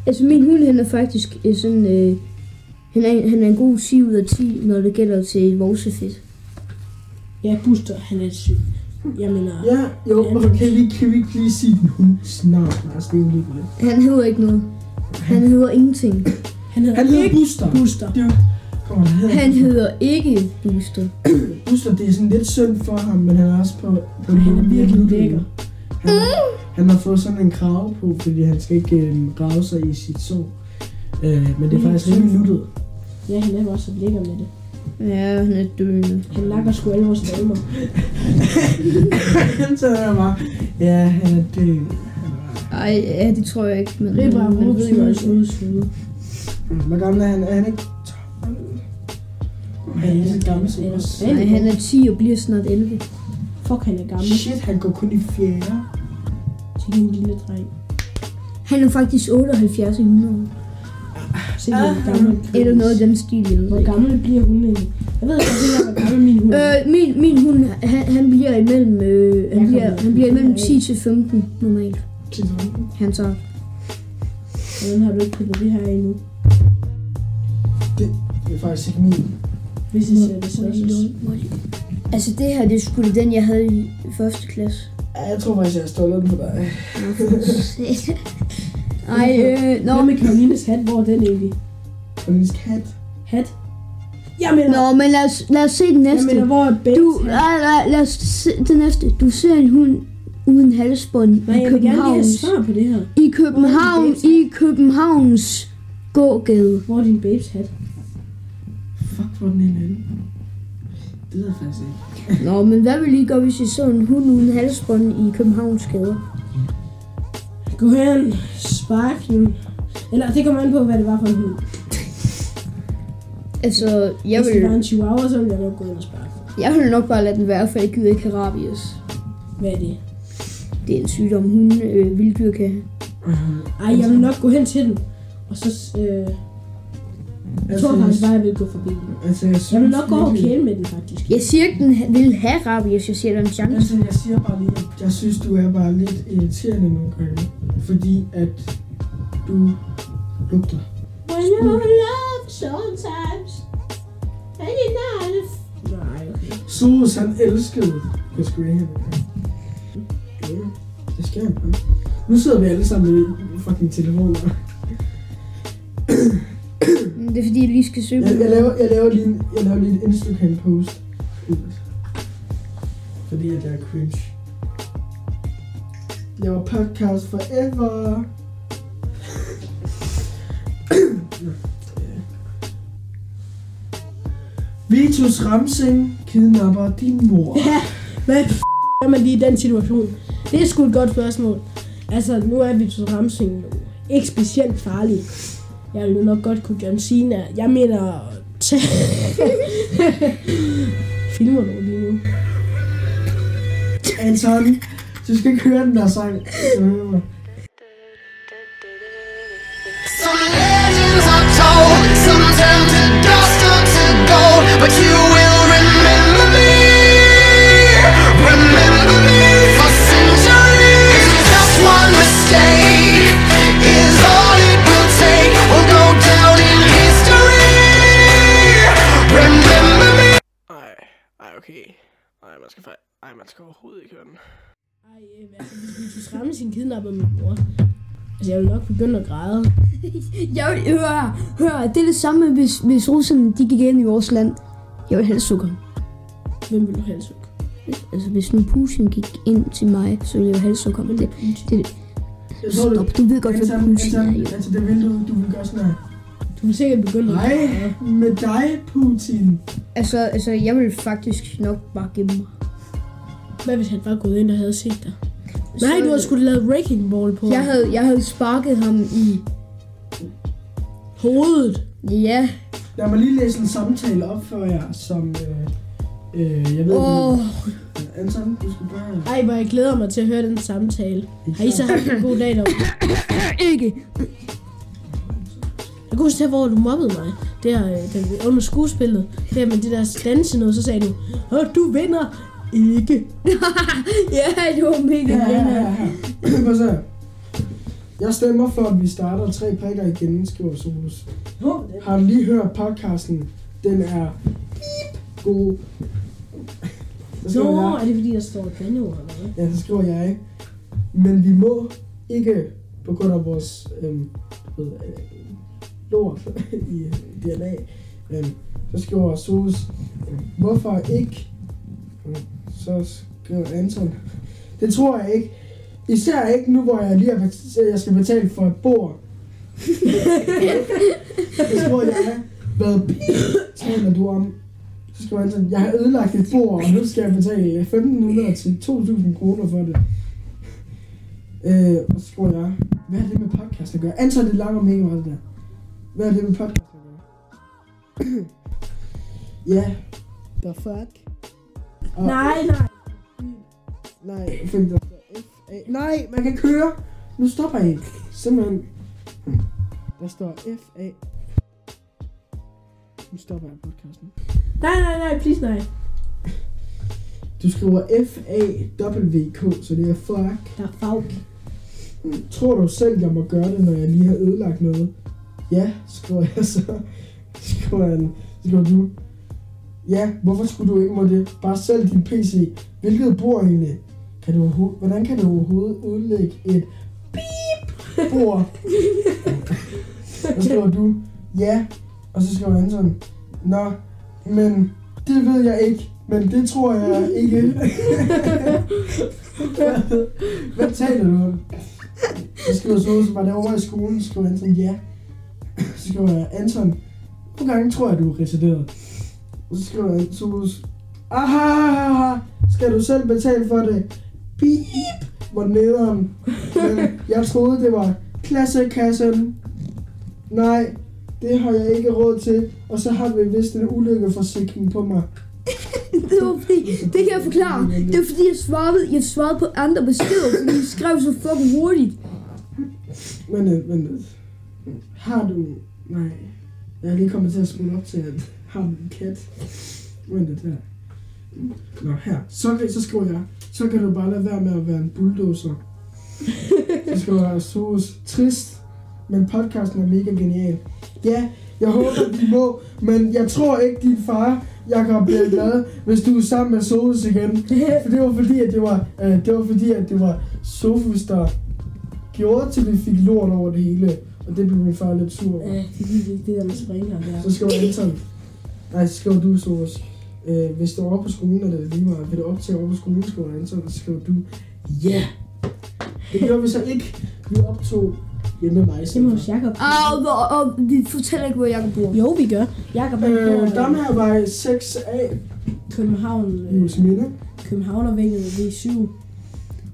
Speaker 7: Altså min hund, han er faktisk øh, sådan... Øh, han, er, han er en god 7 ud af 10, når det gælder til vorsefedt.
Speaker 8: Ja, Buster, han er syg. Jeg mener,
Speaker 2: Ja, jo, hvorfor kan vi, kan vi ikke lige sige den hund snart? Altså, det er jo lidt lidt.
Speaker 7: Han hedder ikke noget. Han hedder
Speaker 8: han
Speaker 7: ingenting.
Speaker 8: hedder
Speaker 2: Han hedder
Speaker 8: ikke
Speaker 2: Buster.
Speaker 8: Buster.
Speaker 2: Det er jo- Kom, han hedder
Speaker 7: Han hedder ikke Booster.
Speaker 2: Buster, det er sådan lidt synd for ham, men han er også på... på
Speaker 8: Han er virkelig lækker.
Speaker 2: Han, har- han har fået sådan en krave på, fordi han skal ikke øh, grave sig i sit sår. Øh, men det er faktisk rimelig nuttet.
Speaker 8: Ja, han er også lækker med det.
Speaker 7: Ja, han er døende.
Speaker 8: Han lakker sgu alle vores damer.
Speaker 2: så er jeg bare, ja, han er død.
Speaker 7: Ej, ja, det tror jeg ikke. Men,
Speaker 8: Det er bare altså.
Speaker 7: man
Speaker 8: vores
Speaker 7: ved jo
Speaker 8: snude,
Speaker 7: også.
Speaker 8: snude, snude.
Speaker 2: Hvor gammel er han? Er han ikke 12? Han er lige så gammel som
Speaker 8: Han er
Speaker 2: os.
Speaker 8: rigtig
Speaker 7: Nej, han er 10 og bliver snart 11.
Speaker 8: Fuck, han er gammel.
Speaker 2: Shit, han går kun i fjerde.
Speaker 8: Til en lille dreng.
Speaker 7: Han er faktisk 78 i 100.
Speaker 8: Se, hvor gammel
Speaker 7: Eller noget af den stil, jeg ved
Speaker 8: Hvor
Speaker 7: ikke.
Speaker 8: gammel bliver hun egentlig? Jeg ved ikke, hvor hvor gammel min hund er.
Speaker 7: Øh, min, min hund, han, han bliver imellem, øh, han,
Speaker 8: Jeg
Speaker 7: bliver,
Speaker 8: kommer-
Speaker 7: han bliver imellem 10 til 15 normalt. Han så.
Speaker 8: Hvordan har du ikke pillet det her af endnu?
Speaker 2: Det er faktisk ikke min.
Speaker 8: Hvis I ser det så også.
Speaker 7: Altså det her, det er sgu da den, jeg havde i første klasse.
Speaker 2: Ja, jeg tror faktisk, jeg har stået den på dig.
Speaker 7: Nå, for satan. Ej, øh, nå,
Speaker 8: Hvad med Karolines hat? Hvor er den egentlig?
Speaker 2: Og min skat.
Speaker 8: Hat? Jeg mener,
Speaker 7: nå, men lad os, lad os se den
Speaker 8: jeg
Speaker 7: næste.
Speaker 8: mener hvor er Bens
Speaker 7: Du,
Speaker 8: hat?
Speaker 7: nej, nej, lad os se den næste. Du ser en hund uden halsbånd
Speaker 8: Nej,
Speaker 7: i
Speaker 8: jeg vil gerne lige
Speaker 7: København.
Speaker 8: have svar på det her.
Speaker 7: I København,
Speaker 8: Hvor er
Speaker 7: i Københavns gågade.
Speaker 8: Hvor er din babes hat?
Speaker 2: Fuck, hvor er den henne? Det ved jeg faktisk ikke.
Speaker 7: Nå, men hvad ville I gøre, hvis I så en hund uden halsbånd i Københavns gader?
Speaker 8: Gå hen, spark den. Eller det kommer an på, hvad det var for en hund.
Speaker 7: Altså, jeg
Speaker 8: Hvis det
Speaker 7: vil,
Speaker 8: var en chihuahua, så ville jeg nok gå hen og sparke den.
Speaker 7: jeg vil nok bare lade den være, for jeg gider ikke have rabies.
Speaker 8: Hvad er det?
Speaker 7: Det er en sygdom, hunde øh, vilddyr kan have.
Speaker 8: Ej, jeg vil nok gå hen til den. Og så... Øh, jeg tror faktisk bare, jeg vil gå forbi den.
Speaker 2: altså, jeg,
Speaker 8: Jeg vil
Speaker 2: synes
Speaker 8: nok gå over og
Speaker 2: virkelig-
Speaker 8: kæle med den, faktisk.
Speaker 7: Jeg siger ikke, den ha- vil have rabies, jeg siger, der er en chance.
Speaker 2: Altså, jeg siger bare lige, at jeg synes, du er bare lidt irriterende nogle gange. Fordi at du lugter.
Speaker 8: When you love sometimes. And you know Nej, okay.
Speaker 2: Soros, han elskede Chris Graham. Ja, det skal han bare. Nu sidder vi alle sammen med fucking telefoner.
Speaker 7: Men Det er fordi, jeg lige skal søge på
Speaker 2: Jeg, jeg,
Speaker 7: det.
Speaker 2: laver, jeg, laver lige, en- jeg laver lige en Instagram-post. Fordi at jeg er cringe. Jeg var podcast forever. Nå, ja. Vitus Ramsing kidnapper din mor.
Speaker 8: Hvad f- gør man lige i den situation? Det er sgu et godt spørgsmål. Altså, nu er vi til Ramsing jo ikke specielt farlig. Jeg ville nok godt kunne John Cena. Jeg mener... T- Filmer du lige nu?
Speaker 2: Anton, du skal ikke høre den der sang. Du skal høre mig.
Speaker 9: Some legends are told, some turn to dust or to gold, but you will remember me. Remember me for centuries. Just one mistake is all it will take. We'll go down in history. Remember me.
Speaker 11: Ej, ej okay. Ej, man skal, fa- ej, man skal overhovedet ikke høre den.
Speaker 8: Ej, øh, altså, hvis vi skulle ramme sin kidnapper min mor. Altså, jeg vil nok begynde at græde.
Speaker 7: Jeg vil, hør, hør, det er det samme, hvis, hvis russerne de gik ind i vores land. Jeg vil helst sukker.
Speaker 8: Hvem vil du helst hugge?
Speaker 7: Altså, hvis nu Putin gik ind til mig, så ville jeg jo helst sukker. Men det, det,
Speaker 2: Jeg tror, du,
Speaker 7: stop, du ved godt,
Speaker 2: Anton,
Speaker 7: hvad Putin er.
Speaker 2: Anton,
Speaker 7: jo.
Speaker 2: Anton, det vil du, du vil gøre sådan her.
Speaker 8: Altså, Du vil sikkert begynde at
Speaker 2: Nej,
Speaker 8: græde.
Speaker 2: med dig, Putin.
Speaker 7: Altså, altså, jeg vil faktisk nok bare gemme mig.
Speaker 8: Hvad hvis han var gået ind og havde set dig? Nej, du har sgu da lavet wrecking ball på
Speaker 7: Jeg
Speaker 8: ham.
Speaker 7: havde, jeg havde sparket ham i...
Speaker 8: hovedet.
Speaker 7: Ja,
Speaker 2: Lad mig lige læse en samtale op for jer, som... Øh, øh, jeg ved
Speaker 7: Åh,
Speaker 2: oh. Anton, du skal bare...
Speaker 8: Ej, hvor jeg glæder mig til at høre den samtale. Har I så haft en god dag derude?
Speaker 7: ikke.
Speaker 8: Jeg kunne huske der, hvor du mobbede mig. Der, øh, der under skuespillet. Der med det der danse noget, så sagde du, Åh, du vinder ikke.
Speaker 7: Ja, det var mega
Speaker 2: Ja, ja,
Speaker 7: grineren.
Speaker 2: ja, ja. Prøv at se her. Jeg stemmer for, at vi starter tre prikker igen, skriver Solus. Har du lige hørt podcasten? Den er beep god. Så
Speaker 8: Nå,
Speaker 2: skriver
Speaker 8: er
Speaker 2: jeg,
Speaker 8: det fordi, der står et bandeord eller hvad?
Speaker 2: ja, så skriver jeg, ikke? men vi må ikke på grund af vores øhm, du ved, øh, lort i DNA. Øhm, så skriver Solus, hvorfor ikke? Øhm, Så skriver Anton, det tror jeg ikke. Især ikke nu, hvor jeg lige har bet- jeg skal betale for et bord. så skriver jeg, hvad p- taler du om? Så skriver han sådan, jeg har ødelagt et bord, og nu skal jeg betale 1.500 til 2.000 kroner for det. Øh, og så skriver jeg, hvad er det med podcast at gøre? Anton, det langer mega meget det der. Hvad er det med podcast at gøre? ja,
Speaker 10: The fuck?
Speaker 2: og,
Speaker 8: Nej, nej.
Speaker 2: Nej, find der. F- A- Nej, man kan køre. Nu stopper jeg. Simpelthen.
Speaker 10: Der står F-A. Nu stopper jeg podcasten.
Speaker 8: Nej, nej, nej, please nej.
Speaker 2: Du skriver F-A-W-K, så det er fuck. Mm,
Speaker 8: Der er fag.
Speaker 2: Tror du selv, jeg må gøre det, når jeg lige har ødelagt noget? Ja, skriver jeg så. Skriver han. Skriver du. Ja, hvorfor skulle du ikke må det? Bare selv din PC. Hvilket bor egentlig? Kan du overho- Hvordan kan du overhovedet ødelægge et beep bord? så skriver du. Ja. Og så skriver Anton. Nå, men det ved jeg ikke. Men det tror jeg ikke. hvad, hvad taler du om? Så skriver Zoe, så var det over i skolen, så skriver Anton, ja. Så skriver jeg, Anton, nogle gange tror jeg, du er retarderet. Og så skriver jeg, Solus, aha, skal du selv betale for det? Beep, hvor nederen. Men jeg troede, det var klassekassen. Nej, det har jeg ikke råd til. Og så har vi vist en ulykkeforsikring på mig.
Speaker 7: Det var fordi, det kan jeg forklare. Det var fordi, jeg svarede, jeg svarede på andre beskeder, fordi jeg skrev så fucking hurtigt.
Speaker 2: Men, øh, men øh, har du... Nej, jeg er lige kommet til at skulle op til, at har du en kat? Vent lidt her. Nå, her. Så, så skriver jeg, så kan du bare lade være med at være en bulldozer. så skriver jeg, Soos, trist, men podcasten er mega genial. Ja, jeg håber, de må, men jeg tror ikke, din far, Jakob, bliver glad, hvis du er sammen med Soos igen. For det var fordi, at det var, øh, det var, fordi, at det var Sofus, der gjorde, til vi fik lort over det hele. Og det blev min far lidt sur over.
Speaker 8: Ja, det er det der med springer der.
Speaker 2: Så skriver Anton. Nej, så skriver du, Soros. Øh, hvis du er over på skolen, eller lige meget, vil du optage over på skolen, skriver Anton, og så skriver du, ja. Yeah. Det gjorde vi så ikke. Vi optog hjemme med mig.
Speaker 8: Det må hos Jacob.
Speaker 7: Ah, og, og de fortæller ikke, hvor jeg bor.
Speaker 8: Jo, vi gør. Jacob han bor
Speaker 2: Øh,
Speaker 8: i
Speaker 2: Damhervej 6A,
Speaker 8: København.
Speaker 2: i
Speaker 8: Øh,
Speaker 2: Ulsminde.
Speaker 8: Københavnervækket V7.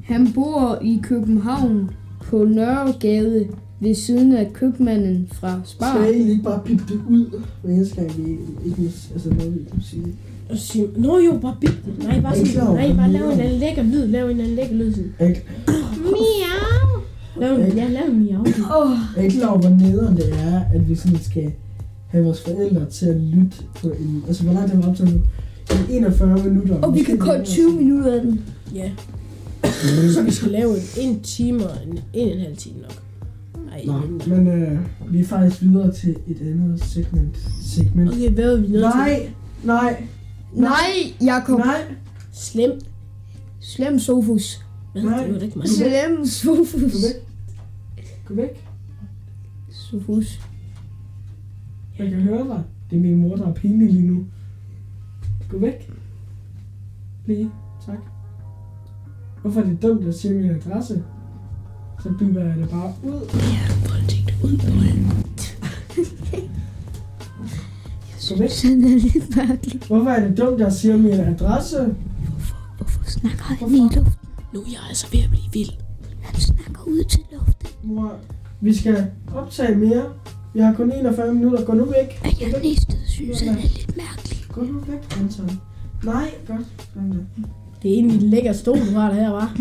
Speaker 7: Han bor i København på Nørregade ved siden af købmanden fra
Speaker 2: Skal jeg
Speaker 7: Spar.
Speaker 2: egentlig ikke bare pippe det ud, hver eneste gang vi ikke, ikke mis- altså noget, vi kan sige?
Speaker 8: Og så siger, Nå jo, bare bip den. Nej, bare,
Speaker 2: Jeg er klar
Speaker 8: sådan,
Speaker 2: over,
Speaker 8: nej,
Speaker 2: hvor
Speaker 8: bare
Speaker 2: den
Speaker 8: lav en
Speaker 2: lyder.
Speaker 8: eller anden lækker lyd. Lav en eller anden lækker lyd. sådan.
Speaker 2: Er I-
Speaker 8: Miau. Lav en, ja, lav en miau.
Speaker 2: er I ikke klar over, hvor nederen det er, at vi sådan skal have vores forældre til at lytte på en... Altså, hvor langt er vi optaget nu? En 41 minutter.
Speaker 7: Og vi
Speaker 2: Måske
Speaker 7: kan kun
Speaker 2: længere.
Speaker 7: 20 minutter af den.
Speaker 8: Ja. Så vi skal lave en, en time og en, en og en halv time nok. Nej,
Speaker 2: Nå, men øh, vi er faktisk videre til et andet segment. segment.
Speaker 8: Okay, hvad er vi nødt til?
Speaker 2: Nej, nej,
Speaker 7: Nej, Jakob.
Speaker 2: nej.
Speaker 8: Slem.
Speaker 7: Slem Sofus.
Speaker 8: Hvad?
Speaker 2: Nej.
Speaker 8: Det var da ikke mig.
Speaker 7: Slem
Speaker 2: Gå
Speaker 7: Sofus.
Speaker 2: væk. Gå væk.
Speaker 7: Sofus.
Speaker 2: Jeg kan høre dig. Det er min mor, der er pinlig lige nu. Gå væk. Lige. Tak. Hvorfor er det dumt at sige min adresse? Så bygger jeg det bare ud. Gå væk.
Speaker 7: Sådan er lidt mærkeligt.
Speaker 2: Hvorfor er det dumt, at jeg siger min adresse?
Speaker 7: Hvorfor snakker han i luft?
Speaker 8: Nu er jeg altså ved at blive vild.
Speaker 7: Han snakker ud til luft.
Speaker 2: Mor, vi skal optage mere. Vi har kun 41 minutter. Gå nu væk.
Speaker 7: Er jeg næstet? synes, han er lidt mærkelig.
Speaker 2: Gå nu væk, Anton. Nej, godt. Sådan der.
Speaker 8: Det er egentlig en lækker stol, du har det her, var.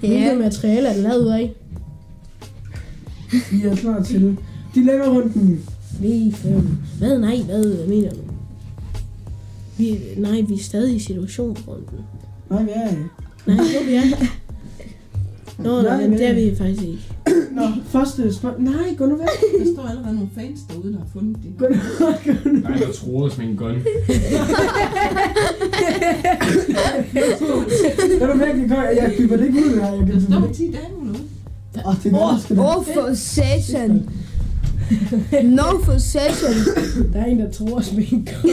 Speaker 8: Hvilket materiale er den lavet ud af?
Speaker 2: I er klar til dilemma-runden.
Speaker 8: V5. øh, Hvad? Nej, hvad mener du? Vi, nej, vi er stadig i situationsrunden.
Speaker 2: Nej, hvad er det?
Speaker 8: Nej, jo, vi er. Nå, nej,
Speaker 2: Nej,
Speaker 8: men
Speaker 2: men-
Speaker 8: det er vi faktisk ikke.
Speaker 2: Nå, første spørgsmål. Nej, gå nu væk.
Speaker 12: Der står allerede nogle fans derude, der har fundet det.
Speaker 2: Gå nu væk.
Speaker 13: Der er noget troet med en gun.
Speaker 2: Er du virkelig godt? Jeg køber det ikke ud her. Jeg
Speaker 12: Der
Speaker 2: køber
Speaker 12: står
Speaker 2: det ikke.
Speaker 12: 10 damer derude.
Speaker 2: Åh, det er godt.
Speaker 7: Åh, oh, for satan. No for satan.
Speaker 8: Der er en, der tror os med en kop.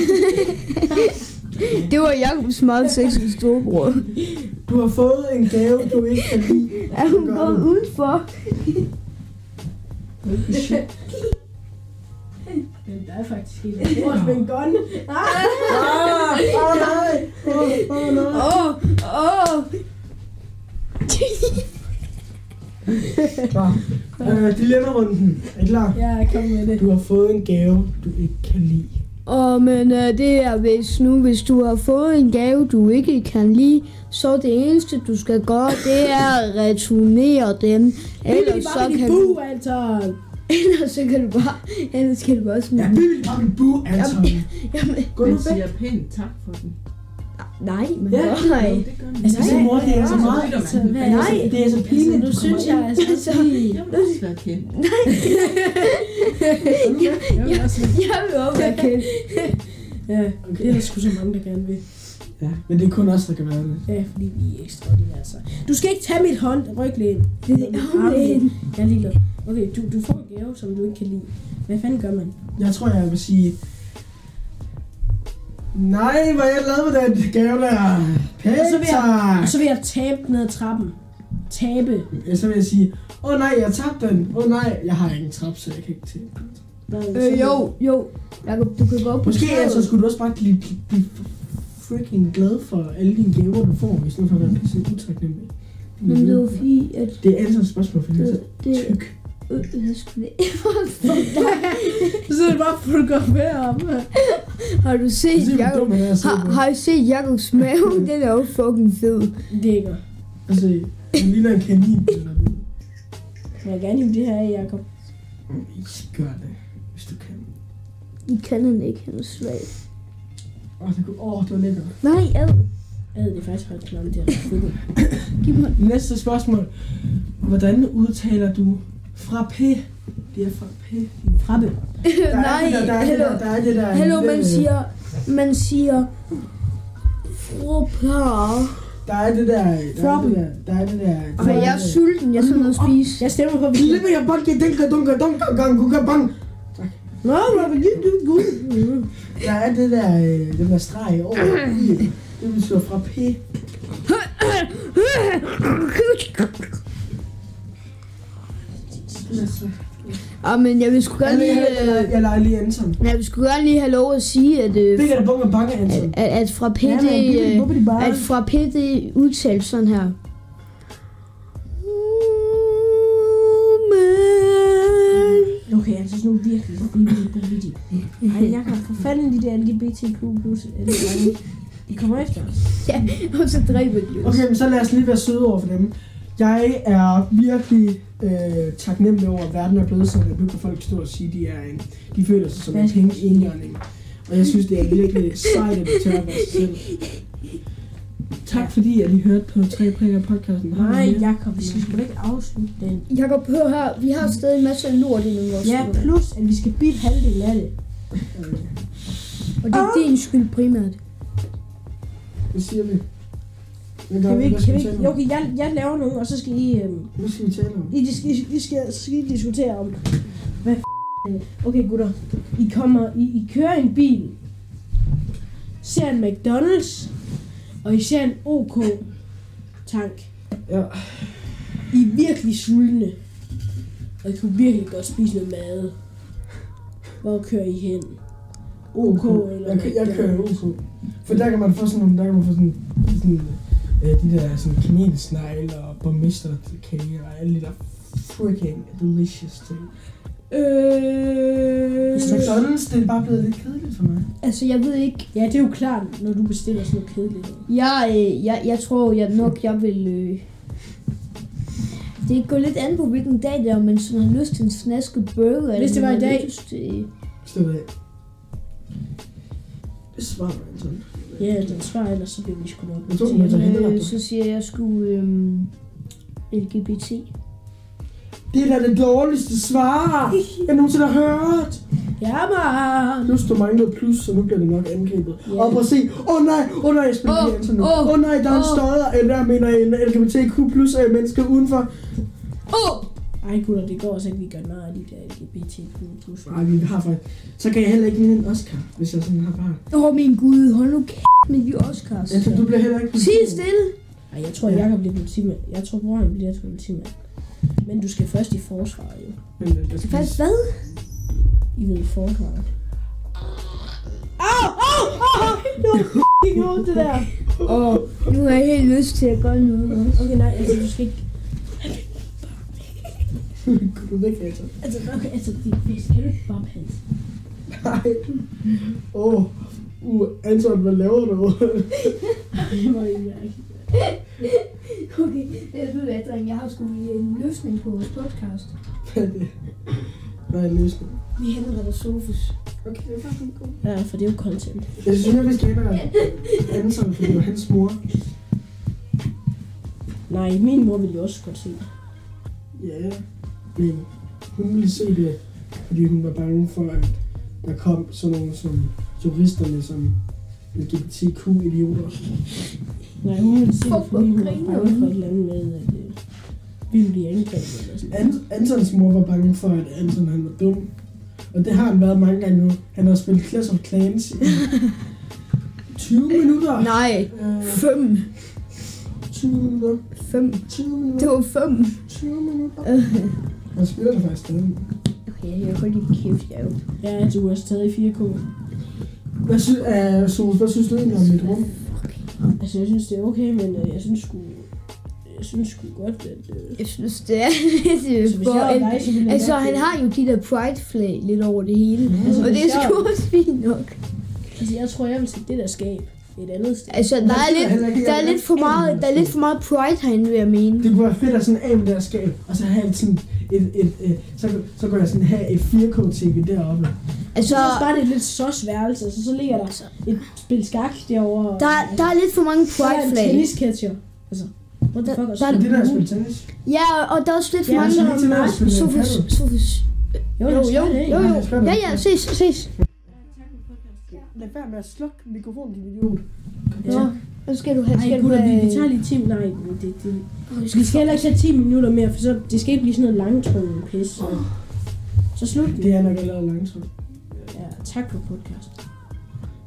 Speaker 7: Det var Jacobs meget sexede storebror.
Speaker 2: Du har fået en gave, du ikke kan lide.
Speaker 7: Er hun gået udenfor?
Speaker 8: Men der er faktisk en, der tror os med en gun.
Speaker 2: Ah, Åh, nej. Åh, åh, nej.
Speaker 7: Åh, åh.
Speaker 2: Nå, øh, dilemma-runden. Er I klar?
Speaker 8: Ja, kom med det.
Speaker 2: Du har fået en gave, du ikke kan lide.
Speaker 7: Og men øh, det er hvis nu, hvis du har fået en gave, du ikke kan lide, så det eneste, du skal gøre, det er at returnere dem. Ellers så kan
Speaker 8: du...
Speaker 7: du,
Speaker 8: Anton.
Speaker 7: ellers så kan du bare, ellers kan du bare
Speaker 2: Ja, vi
Speaker 7: smide dem.
Speaker 2: vil bare en bu, Anton.
Speaker 7: Jamen,
Speaker 2: Gå nu
Speaker 12: Man
Speaker 2: væk.
Speaker 12: siger pænt tak for den.
Speaker 7: nej, men
Speaker 2: Ja,
Speaker 7: nej.
Speaker 12: Jo, det gør man.
Speaker 8: Altså,
Speaker 2: Sin mor, det er så meget.
Speaker 8: Altså, hvad er
Speaker 7: Nej,
Speaker 2: Det er så
Speaker 8: det?
Speaker 2: pinligt.
Speaker 8: Nu synes jeg, altså,
Speaker 7: altså,
Speaker 12: Jeg vil også være kendt.
Speaker 8: jeg vil også
Speaker 7: jeg vil også være kendt.
Speaker 8: Ja, okay. det er der sgu så mange, der gerne vil.
Speaker 2: Ja, men det er kun os, der kan være det.
Speaker 8: Ja, fordi vi er ekstraordinære, altså. Du skal ikke tage mit hånd, ryglæn. Det er min armlæn. Jeg er ligeglad. Okay, du, du får en gave, som du ikke kan lide. Hvad fanden gør man?
Speaker 2: Jeg tror, jeg vil sige... Nej, hvor er jeg glad med den gave der.
Speaker 8: Og så vil
Speaker 2: Pænt
Speaker 8: jeg-
Speaker 2: tak.
Speaker 8: Og så vil jeg tabe den ned ad trappen. Tabe.
Speaker 2: Ja, Så vil jeg sige, åh oh, nej, jeg tabte den. Åh oh, nej, jeg har ingen trap, så jeg kan ikke til.
Speaker 7: Øh, jo, jo. Jakob, du kan gå op på
Speaker 2: Måske
Speaker 7: taget.
Speaker 2: altså, skulle du også bare blive, blive freaking glad for alle dine gaver, du får, i stedet for at være pisse utaknemmelig.
Speaker 7: Men det var fordi, at
Speaker 2: Det er altid et spørgsmål, fordi jeg er så
Speaker 7: det, det
Speaker 2: tyk.
Speaker 7: øh, jeg skulle
Speaker 8: Så er det bare fuldt godt med om.
Speaker 7: Har du set
Speaker 2: Altså, Det er jo
Speaker 7: Jakob?
Speaker 2: dumt, at jeg
Speaker 7: Har, har I set Jakobs mave? Den er jo fucking fed.
Speaker 8: Lækker.
Speaker 2: Altså, en lille en kanin. eller noget.
Speaker 8: Må jeg gerne hive det her af, Jacob?
Speaker 2: I gør det, hvis du kan.
Speaker 7: I kan den ikke, han er svag.
Speaker 2: Åh, det, kunne, åh, det var lækkert.
Speaker 7: Nej, ad.
Speaker 8: Jeg ved det er faktisk ret klart, det er ret fedt.
Speaker 2: Næste spørgsmål. Hvordan udtaler du frappé? Det er frappé.
Speaker 8: Frappe.
Speaker 2: Der er
Speaker 7: Nej,
Speaker 2: det der, der er det
Speaker 7: hello.
Speaker 2: der, der er det der.
Speaker 7: Hallo, man
Speaker 3: øh,
Speaker 2: lille-
Speaker 7: siger, man siger, frupar.
Speaker 2: Der er det der, der er det der, der er det der.
Speaker 7: Ej, jeg
Speaker 3: øh,
Speaker 7: er sulten, jeg skal ned og spise.
Speaker 8: Jeg stemmer på, at vi...
Speaker 2: Lille jeg banke, dinka, dunka, dunka, gang, guka, bang.
Speaker 8: Nå, Robert, du, du, du.
Speaker 2: Der er det der, øh, den der streg over i. Det betyder frappé.
Speaker 7: Ah, men jeg vil sgu
Speaker 2: Jeg
Speaker 7: gerne lige,
Speaker 2: leger- jeg leger-
Speaker 7: øh,
Speaker 2: Jeg leger lige Anton.
Speaker 7: jeg vil sgu gerne lige have lov at sige, at, øh,
Speaker 2: Det er der bunker bange,
Speaker 7: at,
Speaker 2: Anton.
Speaker 7: at, at fra PD, øh, at fra PD udtales sådan her. Men.
Speaker 8: Okay, jeg synes nu virkelig, at vi er vanvittige. Ej, Jacob, for fanden de der LGBTQ+, eller hvad? De kommer efter os.
Speaker 7: Ja, og så dræber de os.
Speaker 2: Okay, men så lad os lige være søde over for dem. Jeg er virkelig øh, taknemmelig over, at verden er blevet sådan, at nu kan folk stå og sige, at de, er en, de føler sig som en penge enhjørning. Og jeg synes, det er virkelig sejt, at de tør at være sig selv. Tak fordi, at I hørte på Tre Prikker podcasten. Har I
Speaker 8: Nej,
Speaker 2: mere?
Speaker 8: Jakob, vi skal sgu da ikke afslutte den.
Speaker 7: Jakob, hør her, vi har stadig en masse lort i vores
Speaker 8: Ja, plus at vi skal bide halvdelen af det.
Speaker 7: Og det er din skyld primært.
Speaker 2: Hvad siger vi? Hvad gør
Speaker 8: Kan vi,
Speaker 2: Hvad
Speaker 8: kan
Speaker 2: skal
Speaker 8: vi,
Speaker 2: vi tale om?
Speaker 8: okay, jeg, jeg laver nogen, og så skal I... Øhm,
Speaker 2: Hvad skal vi tale om?
Speaker 8: I, dis- I, I skal, skal I diskutere om, hvad f- det er. Okay gutter, I kommer, I, I kører en bil, ser en McDonald's, og I ser en OK tank.
Speaker 2: Ja.
Speaker 8: I er virkelig sultne, og I kunne virkelig godt spise noget mad. Hvor kører I hen? OK eller
Speaker 2: Jeg, kø- jeg kører
Speaker 8: McDonald's?
Speaker 2: OK. For der kan man få sådan nogle, der kan man få sådan, sådan øh, de der sådan kanelsnegle og borgmesterkage og alle de der freaking delicious ting.
Speaker 8: Øh...
Speaker 2: McDonald's, det er bare blevet lidt kedeligt for mig.
Speaker 7: Altså, jeg ved ikke...
Speaker 8: Ja, det er jo klart, når du bestiller sådan noget kedeligt.
Speaker 7: Jeg, øh, jeg, jeg tror jeg nok, jeg vil... Øh... Det går lidt an på, hvilken dag det er, om man sådan har lyst til en snasket burger.
Speaker 8: Hvis det
Speaker 7: eller
Speaker 8: var i
Speaker 7: man har
Speaker 8: dag.
Speaker 7: Lyst, øh...
Speaker 2: Stå af. Det svarer mig, Anton.
Speaker 8: Ja, den svarer, ellers så bliver vi sgu nok.
Speaker 2: Jeg tror, man tager hænder op.
Speaker 7: øh, så siger jeg, jeg skulle... Øh... LGBT.
Speaker 2: Det er da det dårligste svar, jeg nogensinde har hørt.
Speaker 8: Ja, man!
Speaker 2: Plus, du manglede plus, så nu bliver det nok angrebet. Og prøv at se. Åh oh, nej, åh oh, nej, jeg spiller
Speaker 7: Åh,
Speaker 2: oh, Anton nu. Åh
Speaker 7: åh,
Speaker 2: oh, nej, der er en
Speaker 7: åh.
Speaker 2: støder, eller der mener en LGBTQ plus af mennesker udenfor.
Speaker 7: Åh! Oh!
Speaker 8: Ej gutter, det går også ikke, vi gør noget af de der LGBTQ+.
Speaker 2: Nej, vi har faktisk. Så kan jeg heller ikke vinde en Oscar, hvis jeg sådan har bare.
Speaker 7: Åh, oh, min gud, hold nu kæft med de Oscars.
Speaker 2: Anton, du bliver heller ikke...
Speaker 7: Sig stille!
Speaker 8: Ej, jeg tror, Jacob bliver politimand. Jeg tror, bror han bliver politimand. Men du skal først i forsvaret, jo.
Speaker 2: Men, øh, jeg skal
Speaker 7: Hvad?
Speaker 2: lige-
Speaker 7: Hvad?
Speaker 8: I ved forsvaret. Åh, åh, åh! Det var f***ing hårdt, det der.
Speaker 7: Åh, nu har jeg helt lyst til at gøre noget også.
Speaker 8: Okay, nej, altså, du skal ikke...
Speaker 2: Gå du væk, Anton.
Speaker 8: Altså, okay, altså, det, det skal du ikke bare passe.
Speaker 2: Nej. Åh. Oh. Uh, Anton, hvad laver du?
Speaker 8: Det var ikke mærkeligt.
Speaker 7: Okay, det er du efter, jeg har sgu en løsning på vores podcast.
Speaker 2: Hvad er det? Hvad er løsningen?
Speaker 7: Vi henretter Sofus.
Speaker 2: Okay, det er faktisk en god.
Speaker 8: Ja, for det er jo content.
Speaker 2: Jeg synes, at vi skal have Anton, fordi det var hans mor.
Speaker 8: Nej, min mor ville jo også godt se det.
Speaker 2: Ja, men hun ville se det, fordi hun var bange for, at der kom sådan nogle som turisterne, som LGBTQ-idioter.
Speaker 8: Nej, hun ville se det,
Speaker 7: Fuck,
Speaker 8: fordi hun
Speaker 7: hvor
Speaker 8: var
Speaker 7: griner
Speaker 8: bange for
Speaker 7: hun.
Speaker 8: et eller andet med, at øh, vi ville blive angrebet eller sådan noget.
Speaker 2: An- Antons mor var bange for, at Anton han var dum. Og det har han været mange gange nu. Han har spillet Clash of Clans i 20 minutter.
Speaker 7: Nej,
Speaker 2: Øh,
Speaker 7: fem.
Speaker 2: 20 minutter.
Speaker 7: Fem.
Speaker 2: 20
Speaker 7: Det
Speaker 2: minutter.
Speaker 7: var fem.
Speaker 2: 20 minutter. Han spiller det faktisk stadig.
Speaker 7: Okay, jeg kan ikke kæft, jeg er jo.
Speaker 8: Ja, du er stadig 4K.
Speaker 2: Hvad, sy- uh, Sol, hvad synes du egentlig om mit rum?
Speaker 8: Altså, jeg synes, det er okay, men øh, jeg synes sgu... Jeg synes sgu godt, at... Øh,
Speaker 7: Jeg synes, det er lidt øh,
Speaker 8: Altså, hvis
Speaker 7: for
Speaker 8: jeg var
Speaker 7: en...
Speaker 8: dig, så ville jeg
Speaker 7: Altså,
Speaker 8: nok-
Speaker 7: han har jo de der pride-flag lidt over det hele.
Speaker 8: Altså,
Speaker 7: Og det
Speaker 8: hvis
Speaker 7: er sgu
Speaker 8: jeg-
Speaker 7: også fint nok.
Speaker 8: altså, jeg tror, jeg vil sætte det der skab et andet sted.
Speaker 7: Altså, der er lidt, der er lidt for meget, der er lidt for meget pride herinde, vil jeg mene.
Speaker 2: Det kunne være fedt at sådan af med det her skab, og så have et sådan et, et, et så, så kunne jeg sådan have et 4K-TV deroppe.
Speaker 8: Så
Speaker 7: Altså,
Speaker 8: er bare det er lidt sås værelse, altså, så ligger der et spil skak derovre.
Speaker 7: der, der er lidt for mange
Speaker 8: så er der en
Speaker 7: pride-flag.
Speaker 8: tennisketcher. Altså, what the
Speaker 7: Der-
Speaker 8: fuck altså? også?
Speaker 7: der er
Speaker 2: Men det der at spille tennis.
Speaker 7: Ja, og der er også lidt for
Speaker 8: Ja,
Speaker 7: mange...
Speaker 8: så
Speaker 2: er det til at spille
Speaker 7: Sofus,
Speaker 2: paddle.
Speaker 7: Sofus.
Speaker 8: Jo, jo, jo,
Speaker 7: Jo,
Speaker 8: jo.
Speaker 7: jo. Ja, ja, ses, ses.
Speaker 2: Lad være med at slukke mikrofonen, din idiot.
Speaker 7: Nå, nu skal du have...
Speaker 8: Ej,
Speaker 7: Skal du
Speaker 8: gutter, vi, vi tager
Speaker 7: have...
Speaker 8: lige 10 Nej, men det, det, vi øh, skal heller ikke tage 10 minutter mere, for så, det skal ikke blive sådan noget langtrukket pis. Så, så slut vi.
Speaker 2: Det er nok allerede langsomt.
Speaker 8: Ja, tak for podcast.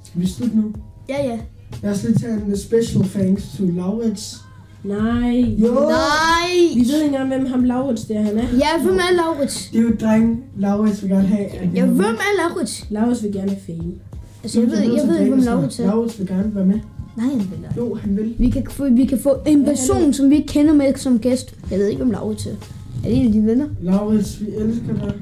Speaker 2: Skal vi slutte nu?
Speaker 7: Ja, ja.
Speaker 2: Lad os lige tage en special thanks to Laurits.
Speaker 8: Nej.
Speaker 2: Jo!
Speaker 7: Nej!
Speaker 8: Vi ved ikke engang, hvem ham Laurits der han er.
Speaker 7: Ja, hvem er Laurits?
Speaker 2: Det er jo et dreng, Laurits vil gerne have. at vi
Speaker 7: Ja,
Speaker 2: har med.
Speaker 7: hvem er Laurits?
Speaker 8: Laurits vil gerne fame.
Speaker 7: Altså, jeg ved, jeg ved ikke, hvem Laurits er.
Speaker 2: Laurits vil gerne være med.
Speaker 7: Nej, han vil ikke.
Speaker 2: Jo, han vil.
Speaker 7: Vi kan, få, vi kan få en person, som vi ikke kender med som gæst. Jeg ved ikke, om Laurits er. Er det en af dine venner?
Speaker 2: Laurits, vi elsker dig.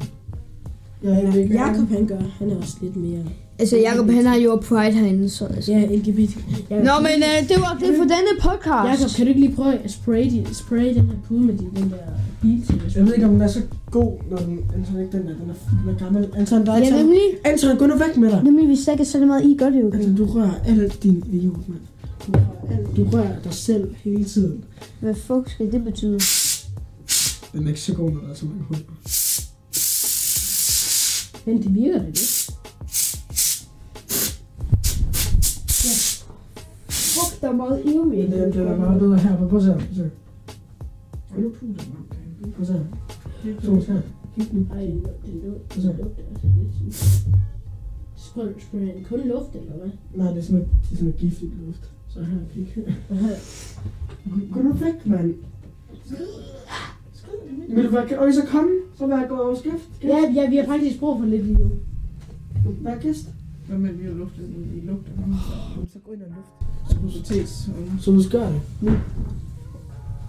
Speaker 2: Jeg er ikke
Speaker 8: Jakob han gør, han er også lidt mere...
Speaker 7: Altså, Jacob, han har jo Pride herinde, så altså.
Speaker 8: Ja, LGBT. Jakob,
Speaker 7: Nå, men øh, det var det for denne
Speaker 8: Jakob,
Speaker 7: podcast.
Speaker 8: kan du ikke lige prøve at spraye, de, spraye den her pude med de, den der bil til? hvis-
Speaker 2: Jeg ved ikke, om den er så god, når den... Anton, ikke den der, den er, den er gammel. Anton, der er
Speaker 7: Ja,
Speaker 2: ikke så...
Speaker 7: nemlig.
Speaker 2: Anton, gå nu væk med dig!
Speaker 7: altså. Nemlig, hvis der ikke er særlig meget, I gør det jo.
Speaker 2: Altså, du rører alt din idiot, mand. Du rører, alt. du rører dig selv hele tiden.
Speaker 7: Hvad fuck skal det betyde?
Speaker 2: Den er ikke så god, når der er så mange huller.
Speaker 8: Men det virker da lidt.
Speaker 7: Fuck, der er meget evig.
Speaker 2: Men det, det er meget bedre her. Prøv at se her. Så. Er du puder, mand? Prøv at se her. Så her. Helt nu.
Speaker 8: Ej, det lugter, det lugter,
Speaker 2: Hvad så?
Speaker 8: det lugter altså lidt. sådan- Sprøj, sprøj, han kun luft, eller hvad?
Speaker 2: Nej, det er sådan et, det er sådan et giftigt luft. Så her, kig. Gå nu væk, mand. Vil du være, kan, og så komme, så vil jeg gå over skift.
Speaker 8: Ja, ja, vi har faktisk brug for lidt lige nu.
Speaker 2: Vær gæst.
Speaker 12: Hvad med, at vi har luftet ud i lugten?
Speaker 2: Så gå ind og luft.
Speaker 12: Sotets.
Speaker 2: Så du skør det.
Speaker 8: Det er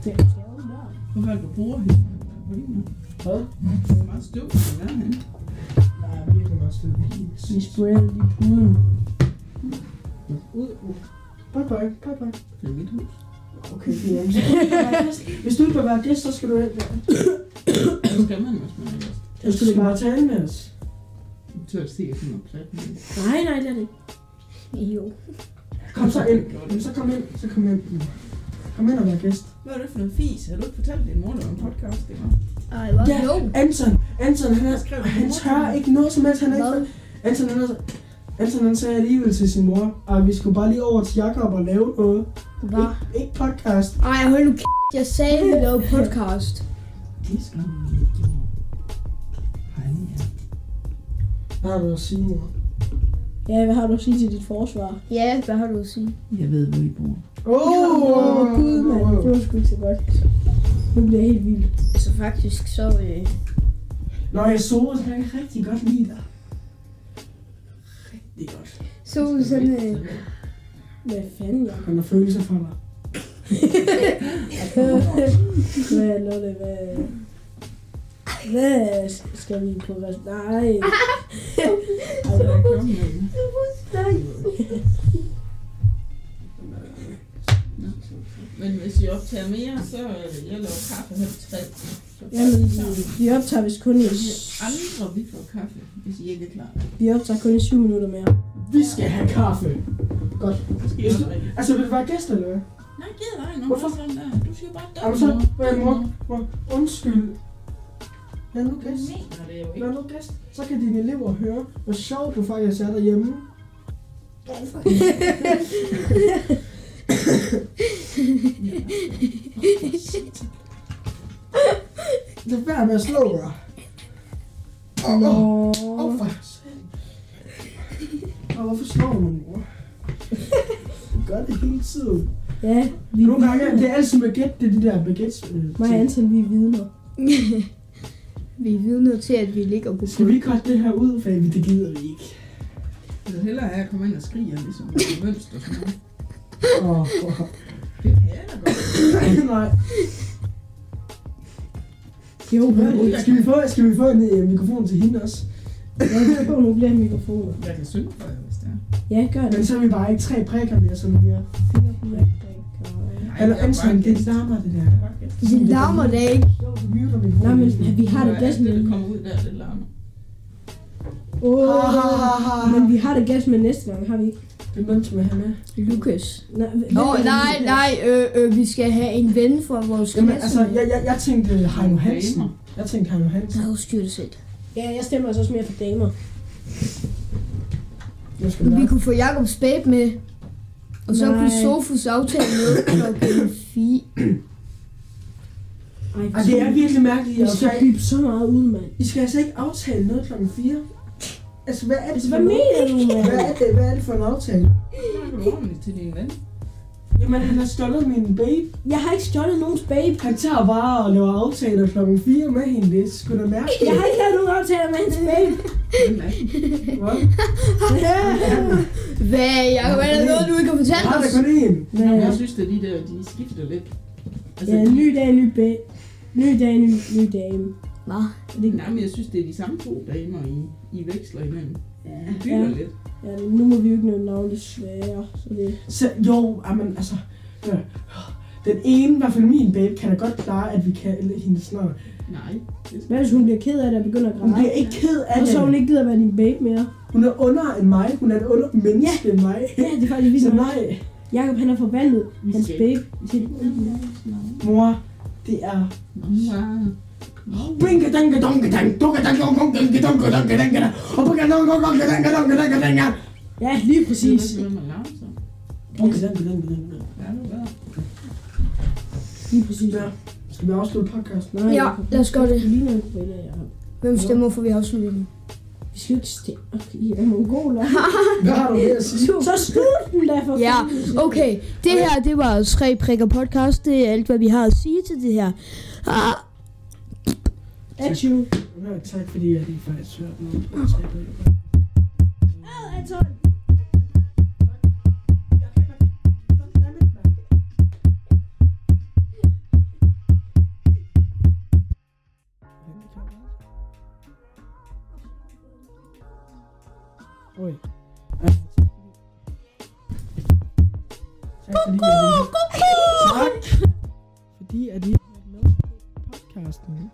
Speaker 8: jo skærmen der.
Speaker 12: Hvorfor er det, du bruger hende? nu.
Speaker 2: Hvad?
Speaker 12: Det er meget støv, der er herinde.
Speaker 2: Der er virkelig meget støv.
Speaker 8: Vi sprayer lige puden.
Speaker 2: Ud. Bye bye, bye bye.
Speaker 12: Det er mit hus.
Speaker 2: Okay, fint. Jamen, så kan du ikke være gæst. Hvis du ikke vil være gæst, så skal du ikke være.
Speaker 12: Hvad skal man, hvis man er gæst?
Speaker 2: Jeg skal du bare tale med os.
Speaker 12: Du tør at se sådan noget plat.
Speaker 8: Nej, nej, det er det ikke.
Speaker 7: Jo.
Speaker 2: Kom så ind. Jamen, så kom ind. Så kom ind. Kom ind og vær gæst.
Speaker 12: Hvad er det for noget fis? Har du ikke fortalt din mor, der var en podcast? Det var.
Speaker 7: Ej, hvor
Speaker 2: Ja,
Speaker 7: jo.
Speaker 2: Anton, Anton, han,
Speaker 12: Skrev
Speaker 2: er,
Speaker 12: du
Speaker 2: han
Speaker 12: mor til
Speaker 2: tør
Speaker 12: ham?
Speaker 2: ikke noget som helst. Han er
Speaker 7: Hvad?
Speaker 2: ikke, Anton, han, er, Anton, han sagde alligevel til sin mor, at vi skulle bare lige over til Jakob og lave noget.
Speaker 7: Hva?
Speaker 2: Ikke, ikke podcast.
Speaker 7: Ej, hold nu kæft. Jeg sagde, vi lavede podcast.
Speaker 12: Det skal man ikke. Hej, ja.
Speaker 2: Hvad har du at sige, mor?
Speaker 8: Ja, hvad har du at sige til dit forsvar?
Speaker 7: Ja, hvad har du at sige?
Speaker 12: Jeg ved, hvor I bor.
Speaker 2: Åh,
Speaker 8: Åh, oh, gud, mand. Det var sgu ikke så godt. Nu bliver jeg helt vild.
Speaker 7: Så Altså, faktisk, så... Øh,
Speaker 2: Nå, jeg så, han kan rigtig godt lide dig.
Speaker 12: Det er godt.
Speaker 7: så er vi sådan... Øh,
Speaker 8: Hvad fanden, jeg?
Speaker 2: Han har følelser for dig.
Speaker 8: Hvad, Lotte, hvad... Hvad skal vi på rest? Nej.
Speaker 12: Kom med. Nå. Men hvis I optager mere, så øh, jeg laver kaffe halv tre. Så-
Speaker 8: Jamen, vi- vi optager vist kun i...
Speaker 12: Vi andre, vi får kaffe, hvis I ikke er klar.
Speaker 8: Vi optager kun i syv minutter mere.
Speaker 2: Vi skal have kaffe.
Speaker 12: Så skal I
Speaker 2: Hvis
Speaker 12: også
Speaker 2: du-
Speaker 12: drikke.
Speaker 2: Altså, vil du være gæst, eller hvad?
Speaker 12: Nej, gider dig nu.
Speaker 2: Hvorfor?
Speaker 12: Sådan der. Du siger bare
Speaker 2: Jamen, så, hvad mor? mor? Undskyld. Lad nu
Speaker 12: Du
Speaker 2: gæst.
Speaker 12: mener det jo
Speaker 2: Lad
Speaker 12: ikke.
Speaker 2: nu gæst. Så kan dine elever høre, hvor sjov du faktisk er derhjemme. Lad være med at slå dig. Åh,
Speaker 8: Nå.
Speaker 2: oh, oh, for satan. Og hvorfor slår du mig, mor? Du gør det hele tiden.
Speaker 8: Ja, vi er
Speaker 2: Nogle gange, det er altid med gæt, det er de der baguettes. Øh,
Speaker 8: Mig og
Speaker 2: ting.
Speaker 8: Anton, vi er vidner.
Speaker 7: vi er vidne til, at vi ligger på
Speaker 2: Skal vi ikke holde det her ud, for det gider vi ikke.
Speaker 12: Jeg vil hellere have, at jeg kommer ind og skriger, ligesom mønster og sådan noget.
Speaker 2: Åh, oh,
Speaker 12: Det kan jeg da godt.
Speaker 2: nej.
Speaker 8: Jo,
Speaker 2: Hvad? Skal vi få, skal vi få en øh, mikrofon til hende også?
Speaker 8: Ja, vi får nogle flere mikrofoner.
Speaker 12: Jeg kan synge for jer, hvis det er.
Speaker 8: Ja, gør det.
Speaker 2: Men så er vi bare ikke tre prikker mere, som vi er.
Speaker 12: Nej,
Speaker 2: Eller
Speaker 12: jeg er
Speaker 2: Anton,
Speaker 12: bare
Speaker 2: det
Speaker 12: gæst.
Speaker 2: larmer det der.
Speaker 12: Jeg er bare gæst.
Speaker 7: Det larmer da ikke.
Speaker 2: Jo, du muter min
Speaker 8: Nej, men vi har det
Speaker 12: Når
Speaker 8: gas
Speaker 12: alt
Speaker 8: med...
Speaker 12: det, der kommer ud der, det larmer.
Speaker 8: Åh,
Speaker 2: Ha, ha, ha, ha.
Speaker 8: Ah, men vi har det gas med næste gang, har vi ikke?
Speaker 2: Det er nemt med ham med.
Speaker 7: Lukas.
Speaker 8: Nej,
Speaker 7: Nå, nej, nej, øh, øh, vi skal have en ven fra vores
Speaker 2: Jamen,
Speaker 7: klasse.
Speaker 2: altså, jeg, jeg, jeg tænkte øh, Heino Hansen. Jeg tænkte Heino Hansen.
Speaker 7: Nå, styr det selv.
Speaker 8: Ja, jeg stemmer altså også mere for damer.
Speaker 2: Jeg skal
Speaker 7: Vi
Speaker 2: være.
Speaker 7: kunne få Jakob Spade med. Og så
Speaker 8: Nej.
Speaker 7: kunne Sofus aftale med klokken 4.
Speaker 8: Ej,
Speaker 2: Ej, det er virkelig mærkeligt,
Speaker 8: Vi
Speaker 2: at
Speaker 8: skal
Speaker 2: okay.
Speaker 8: dybe så meget ud, mand.
Speaker 2: I skal altså ikke aftale noget klokken 4. Altså, hvad er det
Speaker 8: Altså,
Speaker 2: for
Speaker 8: hvad
Speaker 2: noget?
Speaker 8: mener du, mand?
Speaker 2: Hvad er det, hvad er det for en aftale?
Speaker 12: Snakker du ordentligt til din ven?
Speaker 2: Jamen, han har stjålet min babe.
Speaker 8: Jeg har ikke stjålet nogens babe.
Speaker 2: Han tager bare og laver aftaler klokken 4 med hende. Det er sgu da mærkeligt.
Speaker 8: Jeg har ikke lavet nogen aftaler med hans babe.
Speaker 12: Hvem er den?
Speaker 2: Hvad?
Speaker 7: Hvad, Jakob, er der noget, du ikke har fortalt
Speaker 2: Har der
Speaker 7: os?
Speaker 2: kun én?
Speaker 8: Men,
Speaker 12: Jeg synes, at de der, de skifter lidt. Altså,
Speaker 8: ja, ny dag, ny babe. Ny dag, ny, ny dame.
Speaker 7: Hva?
Speaker 12: nej, men jeg synes, det er de samme to damer, I, I veksler imellem.
Speaker 8: Ja,
Speaker 12: I bytter
Speaker 8: ja.
Speaker 12: lidt.
Speaker 8: ja, nu må vi jo ikke nævne navne, desværre. Så det,
Speaker 2: Så, jo, men altså... ja. Den ene, i hvert fald min babe, kan da godt klare, at vi kan hende snart.
Speaker 12: Nej.
Speaker 8: hvad hvis hun bliver ked af det og begynder at
Speaker 2: Hun
Speaker 8: græde?
Speaker 2: bliver ikke ked af
Speaker 8: Og så hun
Speaker 2: det.
Speaker 8: ikke gider være din babe mere.
Speaker 2: Hun er under end mig. Hun er et under menneske end mig.
Speaker 8: Ja, det er faktisk vildt.
Speaker 2: Så
Speaker 8: nok.
Speaker 2: nej,
Speaker 8: Jakob, han har forvandlet hans
Speaker 12: skal-
Speaker 8: babe til...
Speaker 2: mor, det er... Binga danga danga dang, dunga danga dang, dunga danga danga danga dang, og bunga danga danga danga danga danga danga.
Speaker 8: Ja, lige præcis.
Speaker 12: Præcis. Det er man larmer så.
Speaker 2: Bunga danga danga danga danga.
Speaker 12: Ja, nu er det.
Speaker 8: Lige præcis.
Speaker 2: Ja. Skal vi afslutte podcasten?
Speaker 8: Nej,
Speaker 7: Ja,
Speaker 8: Jacob,
Speaker 7: lad os gøre det.
Speaker 8: Du ligner en gorilla, Jacob.
Speaker 7: Hvem stemmer for, vi afslutter den?
Speaker 8: Vi skal jo ikke stemme. Okay, I er mongoler.
Speaker 2: Hvad har du mere at sige?
Speaker 8: Så slut den da for
Speaker 7: Ja,
Speaker 8: fanden.
Speaker 7: okay. Det her, det var tre prikker podcast. Det er alt, hvad vi har at sige til det her. Ah,
Speaker 8: At you.
Speaker 2: Ja, tak fordi jeg lige faktisk hørte noget.
Speaker 8: Ad, Anton.
Speaker 2: fordi at I har været med på podcasten.